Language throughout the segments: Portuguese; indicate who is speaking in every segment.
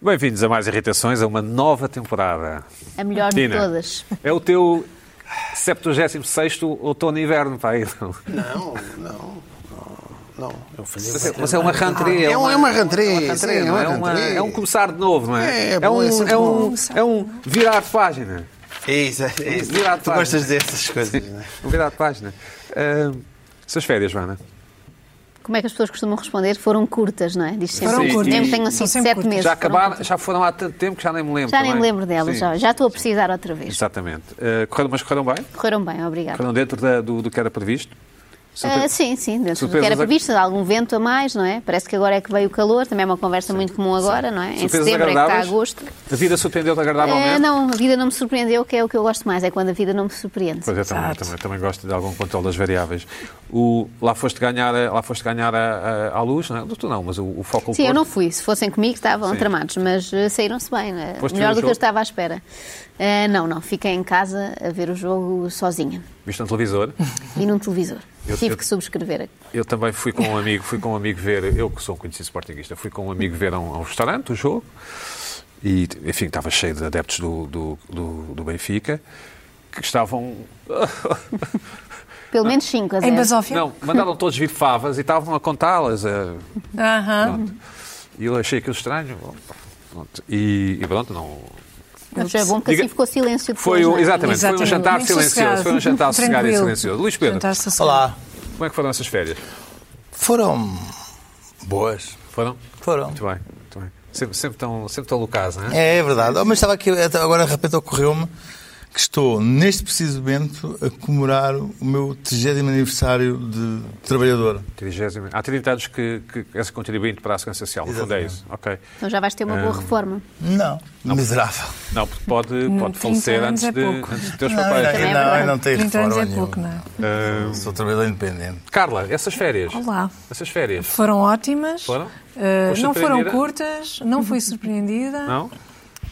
Speaker 1: Bem-vindos a mais irritações, a uma nova temporada.
Speaker 2: A melhor
Speaker 1: Tina.
Speaker 2: de todas.
Speaker 1: É o teu 76 outono e inverno, pá. aí.
Speaker 3: Não, não. Não, não. eu fazia
Speaker 1: Mas é- Mas é uma rantrée.
Speaker 3: um É um- é uma rantrée,
Speaker 1: é uma
Speaker 3: sim,
Speaker 1: rantrée,
Speaker 3: é
Speaker 1: não é?
Speaker 3: uma
Speaker 1: É uma-
Speaker 3: rantrée.
Speaker 1: É um começar de novo, não é?
Speaker 3: É, é bom,
Speaker 1: um,
Speaker 3: é sempre
Speaker 1: é um,
Speaker 3: bom.
Speaker 1: é um virar de página.
Speaker 3: Isso, é isso.
Speaker 1: Virar de
Speaker 3: Tu
Speaker 1: página.
Speaker 3: gostas dessas coisas, não é?
Speaker 1: Um virar de página. Ah, Suas férias, Joana?
Speaker 2: Como é que as pessoas costumam responder? Foram curtas, não é? Diz sempre.
Speaker 1: Foram
Speaker 2: Sim,
Speaker 1: curtas.
Speaker 2: Tenho, tenho assim
Speaker 4: São sempre
Speaker 2: sete
Speaker 4: curtas.
Speaker 2: meses.
Speaker 1: Já
Speaker 2: foram
Speaker 1: acabaram,
Speaker 2: curtas.
Speaker 1: já foram há tanto tempo que já nem me lembro.
Speaker 2: Já nem
Speaker 1: não
Speaker 2: me
Speaker 1: é?
Speaker 2: lembro delas,
Speaker 1: Sim,
Speaker 2: já, já estou a precisar outra vez.
Speaker 1: Exatamente. Ah, correram, mas correram bem?
Speaker 2: Correram bem, obrigada.
Speaker 1: Correram dentro da- do, do que era previsto?
Speaker 2: Ah, sim, sim, dentro do que
Speaker 1: surpresas
Speaker 2: era
Speaker 1: a-
Speaker 2: previsto, algum vento a mais, não é? Parece que agora é que veio o calor, também é uma conversa muito comum agora, não é? Em
Speaker 1: Surpresas
Speaker 2: setembro é que está
Speaker 1: agradáveis?
Speaker 2: agosto.
Speaker 1: A vida surpreendeu-te
Speaker 2: Ah,
Speaker 1: agradavelmente?
Speaker 2: não, a vida não me surpreendeu, que é o que eu gosto mais, é quando a vida não me surpreende.
Speaker 1: Pois é, eu também,
Speaker 4: Exato.
Speaker 1: também, também gosto de algum controle das variáveis. O, lá foste ganhar, a- lá foste ganhar a, a- à luz, não é? Tu não, mas o, o foco
Speaker 2: Sim,
Speaker 1: Porto,
Speaker 2: eu não fui. Se fossem comigo, estavam
Speaker 1: Sim.
Speaker 2: tramados, mas eh, saíram-se bem. né?
Speaker 1: Foste ver
Speaker 2: Melhor
Speaker 1: o
Speaker 2: do que
Speaker 1: jogo?
Speaker 2: eu estava à espera. Eh, não, não. Fiquei em casa a ver o jogo sozinha
Speaker 1: viste no televisor.
Speaker 2: e num televisor.
Speaker 1: Eu-
Speaker 2: Tive
Speaker 1: eu-
Speaker 2: que subscrever.
Speaker 1: Eu também fui com um amigo, fui com um amigo ver, eu que sou um conhecido sportinguista, fui com um amigo ver a um, a um restaurante, o jogo, e enfim, estava cheio de adeptos do, do, do- do Benfica, que estavam. Ah.
Speaker 2: Pelo menos 5 a
Speaker 4: Em
Speaker 2: 0.
Speaker 4: Basófia?
Speaker 1: Não, mandaram todos vir favas e estavam a contá-las. a-
Speaker 4: Aham.
Speaker 1: pronto. E eu achei aquilo estranho. Pronto. E, e pronto, não,
Speaker 2: Mas é bom que assim
Speaker 1: Diga-
Speaker 2: ficou silêncio depois.
Speaker 1: Foi
Speaker 2: não
Speaker 1: um,
Speaker 2: é?
Speaker 1: exatamente, foi um
Speaker 4: Exatamente.
Speaker 1: jantar
Speaker 4: Bem
Speaker 1: silencioso.
Speaker 4: sossegado.
Speaker 1: Foi um jantar sossegado e
Speaker 4: Tranquilo.
Speaker 1: silencioso. Luís Pedro,
Speaker 4: Jantar sossegado.
Speaker 3: Olá.
Speaker 1: como é que foram essas férias?
Speaker 3: Foram boas.
Speaker 1: Foram?
Speaker 3: Foram.
Speaker 1: Muito bem, muito bem. Sempre, sempre tão, sempre tão Lucas, não é?
Speaker 3: É, é verdade. Oh, Mas estava aqui, até agora de repente ocorreu-me que estou, neste preciso momento, a comemorar o meu 30 aniversário de trabalhador.
Speaker 1: 30º. Há 30 anos que, que és contribuinte para a Segurança Social, no fundo é
Speaker 3: Exatamente.
Speaker 1: isso. Ok.
Speaker 2: Então já vais ter uma boa
Speaker 1: Ah.
Speaker 2: reforma.
Speaker 3: Não, miserável.
Speaker 1: Não, porque pode, pode
Speaker 4: 30
Speaker 1: falecer antes
Speaker 4: anos é
Speaker 1: de,
Speaker 4: pouco.
Speaker 1: antes de teus
Speaker 3: Não,
Speaker 1: papéis. Eh,
Speaker 3: ainda-
Speaker 2: Também é
Speaker 3: ainda-
Speaker 2: verdade.
Speaker 3: ainda não tem
Speaker 4: 30 anos
Speaker 3: reforma
Speaker 4: é
Speaker 3: nenhuma.
Speaker 4: pouco, não é?
Speaker 3: Sou trabalhador independente.
Speaker 1: Carla, essas férias?
Speaker 4: Olá.
Speaker 1: Essas férias?
Speaker 4: Foram ótimas.
Speaker 1: Foram?
Speaker 4: Eh,
Speaker 1: Foste
Speaker 4: não foram
Speaker 1: surpreendida?
Speaker 4: curtas, não fui surpreendida.
Speaker 1: Não?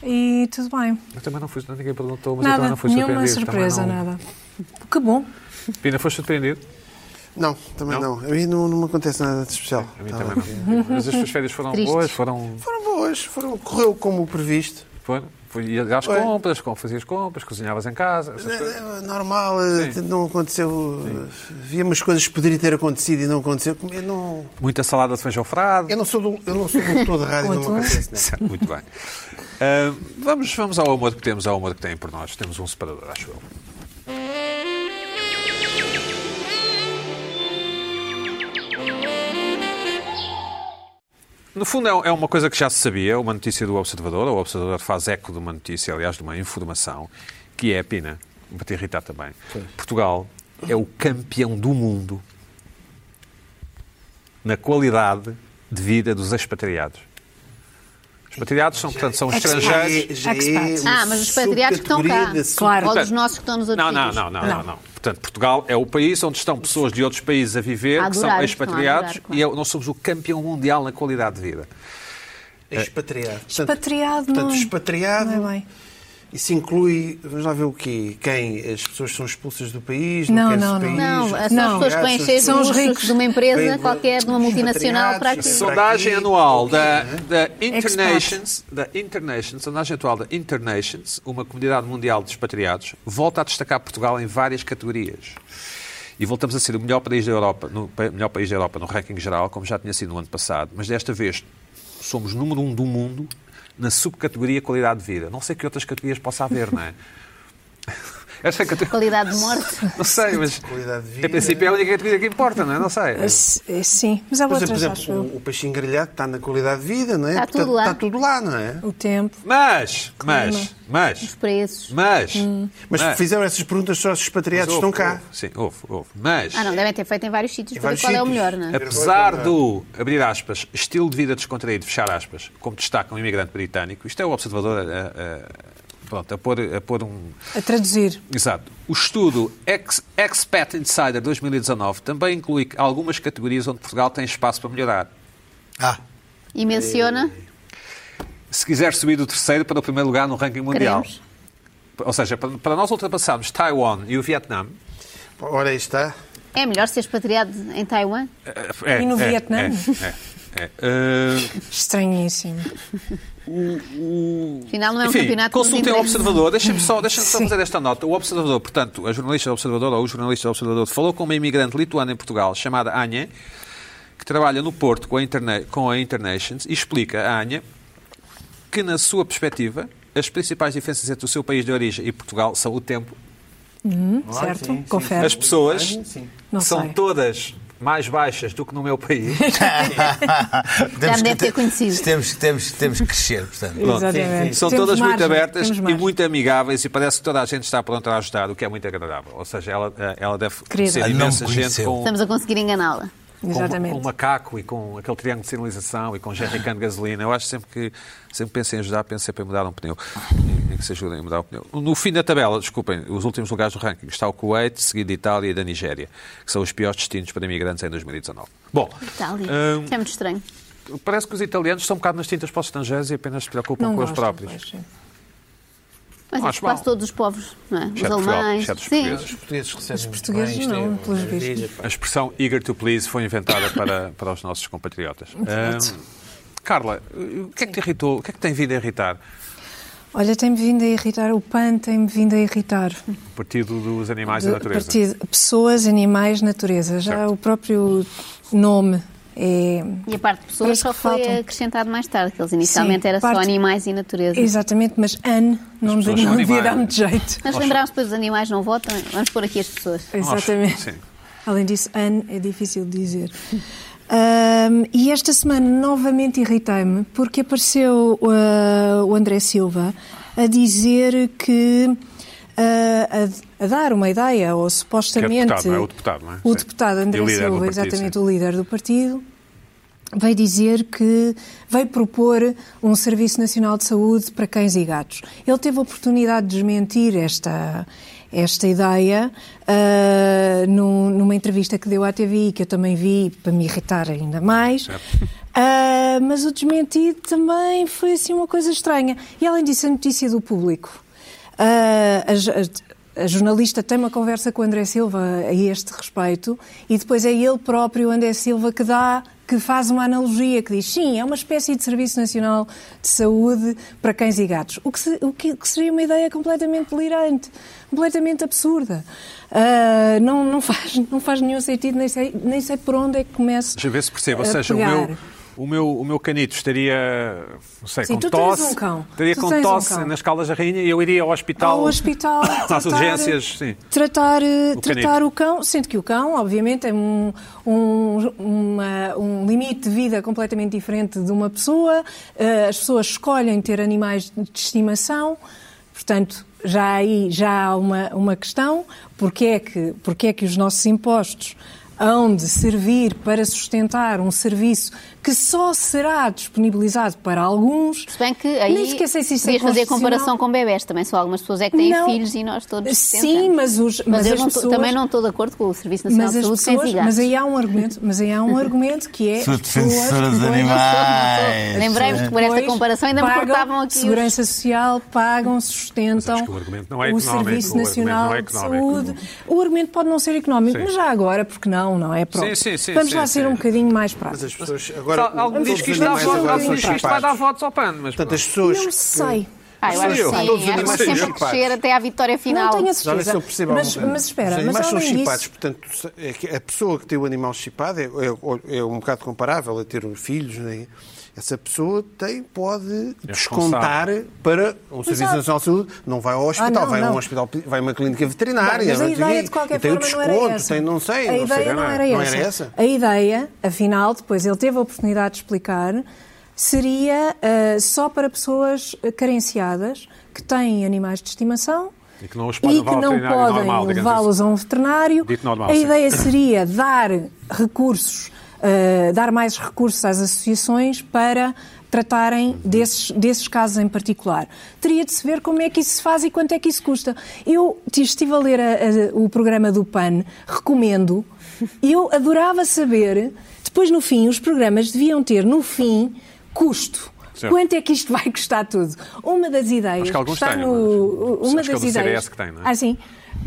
Speaker 4: E tudo bem.
Speaker 1: Eu também não fui, ninguém perguntou, mas eu também
Speaker 4: nada,
Speaker 1: não fui
Speaker 4: nenhuma
Speaker 1: surpreendido. também
Speaker 4: surpresa,
Speaker 1: não...
Speaker 4: nada. Que bom.
Speaker 1: Pina, foste surpreendido?
Speaker 5: Não, também não. A mim não, não me acontece nada de especial.
Speaker 1: A mim
Speaker 5: Tá
Speaker 1: também
Speaker 5: bem.
Speaker 1: não. Mas as tuas férias foram
Speaker 2: Tristes.
Speaker 1: boas? Foram...
Speaker 5: Foram boas, foram, correu como previsto.
Speaker 1: Foi, foi, ias às
Speaker 5: Foi.
Speaker 1: compras, com- fazias compras, cozinhavas em casa. essas coisas.
Speaker 5: É, é Normal, é, não aconteceu. Havia umas coisas que poderiam ter acontecido e não aconteceu. Eu não,
Speaker 1: Muita salada de feijão frado.
Speaker 5: eu não sou do, eu não sou do todo rádio, não me acontece né? nada.
Speaker 1: Muito bem. Ah, vamos, vamos ao amor que temos, ao amor que têm por nós. Temos um separador, acho eu. No fundo, é- é uma coisa que já se sabia, uma notícia do Observador. O Observador faz eco de uma notícia, aliás, de uma informação, que é, Pina, para te irritar também, Portugal é o campeão do mundo na qualidade de vida dos expatriados. Os expatriados são, portanto, são estrangeiros...
Speaker 5: Já é- já é
Speaker 4: Expats.
Speaker 5: uma
Speaker 2: Ah, mas os patriarcas que estão cá.
Speaker 5: subcategoria da sub-
Speaker 4: Claro.
Speaker 2: Ou dos
Speaker 1: Portanto,
Speaker 2: nossos que estão nos outros
Speaker 1: Não, não,
Speaker 2: sítios.
Speaker 1: não, não, não,
Speaker 4: Não.
Speaker 1: não. Portanto, Portugal é o país onde estão pessoas de outros países a viver,
Speaker 2: A
Speaker 1: que são
Speaker 2: adorar,
Speaker 1: expatriados,
Speaker 2: estão a adorar,
Speaker 1: e é- nós somos o campeão mundial na qualidade de vida. É
Speaker 5: Expatriado. Portanto,
Speaker 4: Expatriado, não.
Speaker 5: portanto, expatriado.
Speaker 4: Não é bem.
Speaker 5: Isso inclui, vamos lá ver o quê? Quem? As pessoas que são expulsas do país?
Speaker 4: Não,
Speaker 5: Não, quer
Speaker 4: não,
Speaker 5: esse
Speaker 4: não.
Speaker 5: país,
Speaker 2: Não,
Speaker 5: os
Speaker 2: são as
Speaker 4: Não.
Speaker 2: pessoas que vêm
Speaker 5: refugiados,
Speaker 2: encher
Speaker 5: as
Speaker 4: São os
Speaker 2: os
Speaker 5: pessoas-
Speaker 4: ricos.
Speaker 2: lucros de uma empresa
Speaker 5: Vêm-
Speaker 2: qualquer, de uma
Speaker 5: os
Speaker 2: multinacional para aqui.
Speaker 5: expatriados,
Speaker 1: A sondagem
Speaker 5: aqui,
Speaker 1: anual da,
Speaker 5: ok,
Speaker 1: da Internations, da Internations, sondagem atual da Internations, uma comunidade mundial de expatriados, volta a destacar Portugal em várias categorias. E voltamos a ser o melhor país da Europa, no, pa- melhor país da Europa no ranking geral, como já tinha sido no ano passado, mas desta vez somos número um do mundo na subcategoria qualidade de vida. Não sei que outras categorias possa haver, não é? Esta categoria,
Speaker 2: Qualidade de morte.
Speaker 1: não sei, mas
Speaker 5: Qualidade de vida.
Speaker 1: em princípio é a única categoria que importa, não é? Não sei.
Speaker 4: Eh, s- eh, Sim, mas há
Speaker 5: Por exemplo,
Speaker 4: outras,
Speaker 5: por
Speaker 4: acho
Speaker 5: exemplo,
Speaker 4: eu.
Speaker 5: o, o peixinho grelhado está na qualidade de vida, não é?
Speaker 2: Está
Speaker 5: Portanto,
Speaker 2: tudo lá.
Speaker 5: Está tudo lá, não é?
Speaker 4: O tempo.
Speaker 1: Mas, mas,
Speaker 2: Os
Speaker 1: mas,
Speaker 2: preços.
Speaker 1: mas,
Speaker 4: Hum.
Speaker 5: Mas fizeram essas perguntas só aos expatriados
Speaker 1: é? Mas
Speaker 5: que estão
Speaker 1: houve,
Speaker 5: cá.
Speaker 1: houve, sim, houve, houve. Mas,
Speaker 2: Ah, não, devem ter feito em vários sítios para ver
Speaker 5: vários
Speaker 2: qual é o
Speaker 5: sítios.
Speaker 2: melhor, não é?
Speaker 1: apesar do, abrir aspas, estilo de vida descontraído, fechar aspas, como destaca um imigrante britânico, isto é o observador a, a- pronto, a pôr, a pôr um...
Speaker 4: A traduzir.
Speaker 1: Exato. O estudo Ex Expat Insider 2019 também inclui algumas categorias onde Portugal tem espaço para melhorar.
Speaker 3: Ah,
Speaker 2: E menciona.
Speaker 1: Se quiser subir do terceiro para o primeiro lugar no ranking mundial.
Speaker 2: Queremos.
Speaker 1: Ou seja, para, para nós ultrapassarmos Taiwan e o Vietnã,
Speaker 5: Ora, aí está.
Speaker 2: É melhor ser expatriado em Taiwan?
Speaker 1: É,
Speaker 4: E no
Speaker 1: é,
Speaker 4: Vietnã?
Speaker 1: é, é. É, eh,
Speaker 4: Estranhíssimo.
Speaker 2: Afinal, não é um
Speaker 1: Enfim,
Speaker 2: campeonato dos
Speaker 1: consultem o
Speaker 2: interesses.
Speaker 1: Observador. Deixem-me só, deixem só
Speaker 4: Sim.
Speaker 1: fazer esta nota. O Observador, portanto, a jornalista do Observador, ou o jornalista do Observador, falou com uma imigrante lituana em Portugal, chamada Anya, que trabalha no Porto com a, Interna com a Internations, e explica a Anya que, na sua perspectiva, as principais diferenças entre o seu país de origem e Portugal são o tempo.
Speaker 4: certo,
Speaker 5: sim, sim,
Speaker 4: confere.
Speaker 1: As pessoas
Speaker 5: Sim.
Speaker 4: Não
Speaker 1: são
Speaker 4: sei.
Speaker 1: todas mais baixas do que no meu país.
Speaker 2: Já
Speaker 3: Temos
Speaker 2: me
Speaker 3: que
Speaker 2: deve ter conhecido.
Speaker 3: Temos, temos, temos que crescer, portanto.
Speaker 4: Exatamente.
Speaker 1: São
Speaker 4: Temos
Speaker 1: todas muito
Speaker 4: margem,
Speaker 1: abertas
Speaker 4: temos
Speaker 1: e
Speaker 4: margem.
Speaker 1: muito amigáveis e parece que toda a gente está pronta a ajudar, o que é muito agradável. Ou seja, ela, eh, ela deve
Speaker 4: Querida.
Speaker 1: conhecer
Speaker 3: Ah, não
Speaker 1: imensa
Speaker 3: conheceu.
Speaker 1: gente com,
Speaker 2: Estamos a conseguir enganá-la.
Speaker 1: com,
Speaker 4: Exatamente.
Speaker 1: com um macaco e com aquele triângulo de sinalização e com um jerrycan de gasolina. Eu acho sempre que sempre penso em ajudar, penso sempre em mudar um pneu. Em que se ajudem a mudar o pneu. No fim da tabela, desculpem, os últimos lugares do ranking está o Kuwait, seguido de Itália e da Nigéria, que são os piores destinos para imigrantes em 2019. Bom,
Speaker 2: Itália.
Speaker 1: hum,
Speaker 2: Isso é muito estranho.
Speaker 1: parece que os italianos estão um bocado nas tintas para os estrangeiros e apenas se preocupam
Speaker 4: Não
Speaker 1: com os
Speaker 4: gostam,
Speaker 1: próprios.
Speaker 4: pois, sim.
Speaker 2: Mas
Speaker 1: Não
Speaker 2: isso
Speaker 1: acho
Speaker 2: quase
Speaker 1: mal.
Speaker 2: todos os povos, não é? Os
Speaker 1: Exceto Portugal,
Speaker 2: alemães.
Speaker 1: exceto os
Speaker 2: Sim.
Speaker 1: portugueses.
Speaker 5: Os portugueses recebem muito
Speaker 4: portugueses
Speaker 5: bem, isto
Speaker 4: não,
Speaker 5: é-
Speaker 1: um
Speaker 4: pelos vistos.
Speaker 1: A expressão eager to please foi inventada para, para os nossos compatriotas. Ahm, Carla, o que é que te irritou? O que é que tem vindo a irritar?
Speaker 4: Olha, tem-me vindo a irritar, o PAN tem-me vindo a irritar.
Speaker 1: O Partido dos Animais e
Speaker 4: De-
Speaker 1: da Natureza.
Speaker 4: partido- pessoas, animais, natureza. Já
Speaker 1: Certo.
Speaker 4: o próprio nome é.
Speaker 2: E a parte de pessoas
Speaker 4: Parece
Speaker 2: só
Speaker 4: que
Speaker 2: foi
Speaker 4: faltam.
Speaker 2: acrescentado mais tarde, que eles inicialmente
Speaker 4: Sim,
Speaker 2: era só
Speaker 4: parte-
Speaker 2: animais e natureza.
Speaker 4: Exatamente, mas AN não,
Speaker 1: pessoas
Speaker 4: não
Speaker 1: são
Speaker 4: devia
Speaker 1: animais.
Speaker 4: dar muito jeito.
Speaker 2: Nós lembramos depois os animais não votam, vamos pôr aqui as pessoas.
Speaker 1: Nós-
Speaker 4: Exatamente.
Speaker 1: sim.
Speaker 4: Além disso, AN é difícil de dizer. Ahm, e esta semana novamente irritei-me porque apareceu ah, o André Silva a dizer que. ah, a, a dar uma ideia, ou supostamente.
Speaker 1: não é? O deputado, não é?
Speaker 4: O
Speaker 1: Sim.
Speaker 4: deputado
Speaker 1: E o
Speaker 4: André
Speaker 1: líder do
Speaker 4: Silva,
Speaker 1: partido,
Speaker 4: exatamente,
Speaker 1: sim.
Speaker 4: o líder do partido, veio dizer que veio propor um Serviço Nacional de Saúde para cães e gatos. Ele teve a oportunidade de desmentir esta, esta ideia ah, num- numa entrevista que deu à TVI, que eu também vi para me irritar ainda mais. Ah, mas o desmentido também foi assim uma coisa estranha. E além disso, a notícia do público. Ah, a, jo- a jornalista tem uma conversa com o André Silva a este respeito e depois é ele próprio, o André Silva, que dá que faz uma analogia, que diz sim, é uma espécie de Serviço Nacional de Saúde para cães e gatos. O que, se- o que- que seria uma ideia completamente delirante, completamente absurda. Ah, não, não, faz, não faz nenhum sentido, nem sei, nem sei por onde é que começa.
Speaker 1: Deixa eu ver se percebo. Ou
Speaker 4: a
Speaker 1: seja, o
Speaker 4: pegar.
Speaker 1: meu, o, meu, o meu canito estaria, não sei,
Speaker 4: Sim,
Speaker 1: com
Speaker 4: tu tens
Speaker 1: tosse.
Speaker 4: um cão.
Speaker 1: Estaria
Speaker 4: Tu
Speaker 1: com
Speaker 4: tens um
Speaker 1: tosse
Speaker 4: cão.
Speaker 1: nas Caldas da Rainha e eu iria ao hospital.
Speaker 4: ao hospital,
Speaker 1: Às
Speaker 4: tratar-
Speaker 1: urgências, sim.
Speaker 4: Tratar, eh,
Speaker 1: O
Speaker 4: tratar
Speaker 1: canino.
Speaker 4: o cão, sendo que o cão, obviamente, é um, um, uma- um limite de vida completamente diferente de uma pessoa. Eh, as pessoas escolhem ter animais de estimação, portanto, já aí já há uma, uma questão: porque é, que, porque é que os nossos impostos hão de servir para sustentar um serviço que só será disponibilizado para alguns?
Speaker 2: Se bem que aí
Speaker 4: Nem sequer sei se isto é
Speaker 2: podias fazer
Speaker 4: constitucional.
Speaker 2: comparação com bebés, também são algumas pessoas é que têm
Speaker 4: Não.
Speaker 2: filhos e nós todos
Speaker 4: Sim,
Speaker 2: tentamos.
Speaker 4: mas, os,
Speaker 2: Mas,
Speaker 4: mas
Speaker 2: eu
Speaker 4: as
Speaker 2: não tô-
Speaker 4: pessoas,
Speaker 2: também não estou de acordo com o Serviço Nacional
Speaker 4: mas
Speaker 2: de
Speaker 4: as
Speaker 2: Saúde de Cães
Speaker 4: pessoas,
Speaker 2: e Gatos.
Speaker 4: mas aí há um argumento, mas aí há um argumento que é
Speaker 3: Sou
Speaker 4: as pessoas
Speaker 3: defensora dos
Speaker 4: depois-
Speaker 2: Não sou, não sou.
Speaker 3: Animais.
Speaker 1: eh,
Speaker 2: Lembrei-me que por esta
Speaker 4: depois
Speaker 2: comparação ainda me
Speaker 4: pagam
Speaker 2: cortavam aqui os-
Speaker 4: segurança social, pagam,
Speaker 1: Mas
Speaker 4: sustentam
Speaker 1: acho que o argumento não é
Speaker 4: o
Speaker 1: económico,
Speaker 4: Serviço
Speaker 1: o argumento
Speaker 4: Nacional
Speaker 1: não é
Speaker 4: de
Speaker 1: económico.
Speaker 4: Saúde. O argumento pode não ser económico,
Speaker 1: Sim.
Speaker 4: mas já agora, porque não, não é? Pronto.
Speaker 1: Sim, sim, sim,
Speaker 4: Vamos
Speaker 1: sim,
Speaker 4: lá ser
Speaker 1: sim.
Speaker 4: um bocadinho mais
Speaker 5: Mas
Speaker 4: práticos.
Speaker 5: as pessoas
Speaker 1: Só-
Speaker 5: agora.
Speaker 1: Alguém diz que isto,
Speaker 5: todos
Speaker 1: dá
Speaker 5: os animais
Speaker 4: um
Speaker 1: votos,
Speaker 5: agora
Speaker 1: alguém
Speaker 5: são
Speaker 1: diz que isto vai dar
Speaker 5: chapados.
Speaker 1: votos ao pano. Mas
Speaker 5: Portanto,
Speaker 1: pronto.
Speaker 5: as pessoas.
Speaker 4: Não
Speaker 5: que-
Speaker 4: sei.
Speaker 2: Ah, eu acho
Speaker 1: Sim,
Speaker 2: que
Speaker 1: é
Speaker 2: sim,
Speaker 5: todos os
Speaker 2: acho
Speaker 5: animais
Speaker 2: que
Speaker 5: são
Speaker 2: sempre a
Speaker 5: simpáticos.
Speaker 2: crescer até à vitória final.
Speaker 4: Não tenho a
Speaker 5: Já nem se
Speaker 4: certeza.
Speaker 5: eu percebo
Speaker 4: mas,
Speaker 5: alguma coisa.
Speaker 4: mas espera,
Speaker 5: Os
Speaker 4: mas
Speaker 5: animais são
Speaker 4: além
Speaker 5: chipados,
Speaker 4: disso,
Speaker 5: portanto, se- é que a pessoa que tem o animal chipado é, é- é um bocado comparável a ter filhos, né? Essa pessoa tem, pode descontar para um Serviço
Speaker 4: Exato. Ah,
Speaker 5: Nacional de Saúde. Não vai ao hospital,
Speaker 4: não,
Speaker 5: vai a um
Speaker 4: não.
Speaker 5: hospital, vai a uma clínica veterinária.
Speaker 4: Mas
Speaker 5: não sei
Speaker 4: a
Speaker 5: o
Speaker 4: ideia
Speaker 5: quê.
Speaker 4: de qualquer
Speaker 5: E tem o
Speaker 4: forma não era
Speaker 5: desconto,
Speaker 4: essa.
Speaker 5: tem não sei,
Speaker 4: a
Speaker 5: não sei,
Speaker 4: ideia não, era
Speaker 5: não
Speaker 4: essa.
Speaker 5: era essa.
Speaker 4: A ideia, afinal, depois ele teve a oportunidade de explicar, seria ah, só para pessoas ah, carenciadas que têm animais de estimação
Speaker 1: E que não os podem
Speaker 4: e
Speaker 1: levar
Speaker 4: que
Speaker 1: ao
Speaker 4: não
Speaker 1: veterinário
Speaker 4: podem
Speaker 1: normal, digamos
Speaker 4: levá-los a um veterinário.
Speaker 1: Dito normal,
Speaker 4: a
Speaker 1: sim.
Speaker 4: ideia seria dar recursos, ah, dar mais recursos às associações para tratarem desses, desses casos em particular. Teria de se ver como é que isso se faz e quanto é que isso custa. Eu t- estive a ler a- a- o programa do PAN, recomendo. Eu adorava saber, depois no fim, os programas deviam ter, no fim, custo.
Speaker 1: Certo.
Speaker 4: Quanto é que isto vai custar tudo? Uma das ideias
Speaker 1: Acho que alguns
Speaker 4: está
Speaker 1: têm,
Speaker 4: no.
Speaker 1: mas-
Speaker 4: Uma
Speaker 1: acho que é o
Speaker 4: das
Speaker 1: do CDS
Speaker 4: ideias.
Speaker 1: que tem, não é?
Speaker 4: Ah, Sim,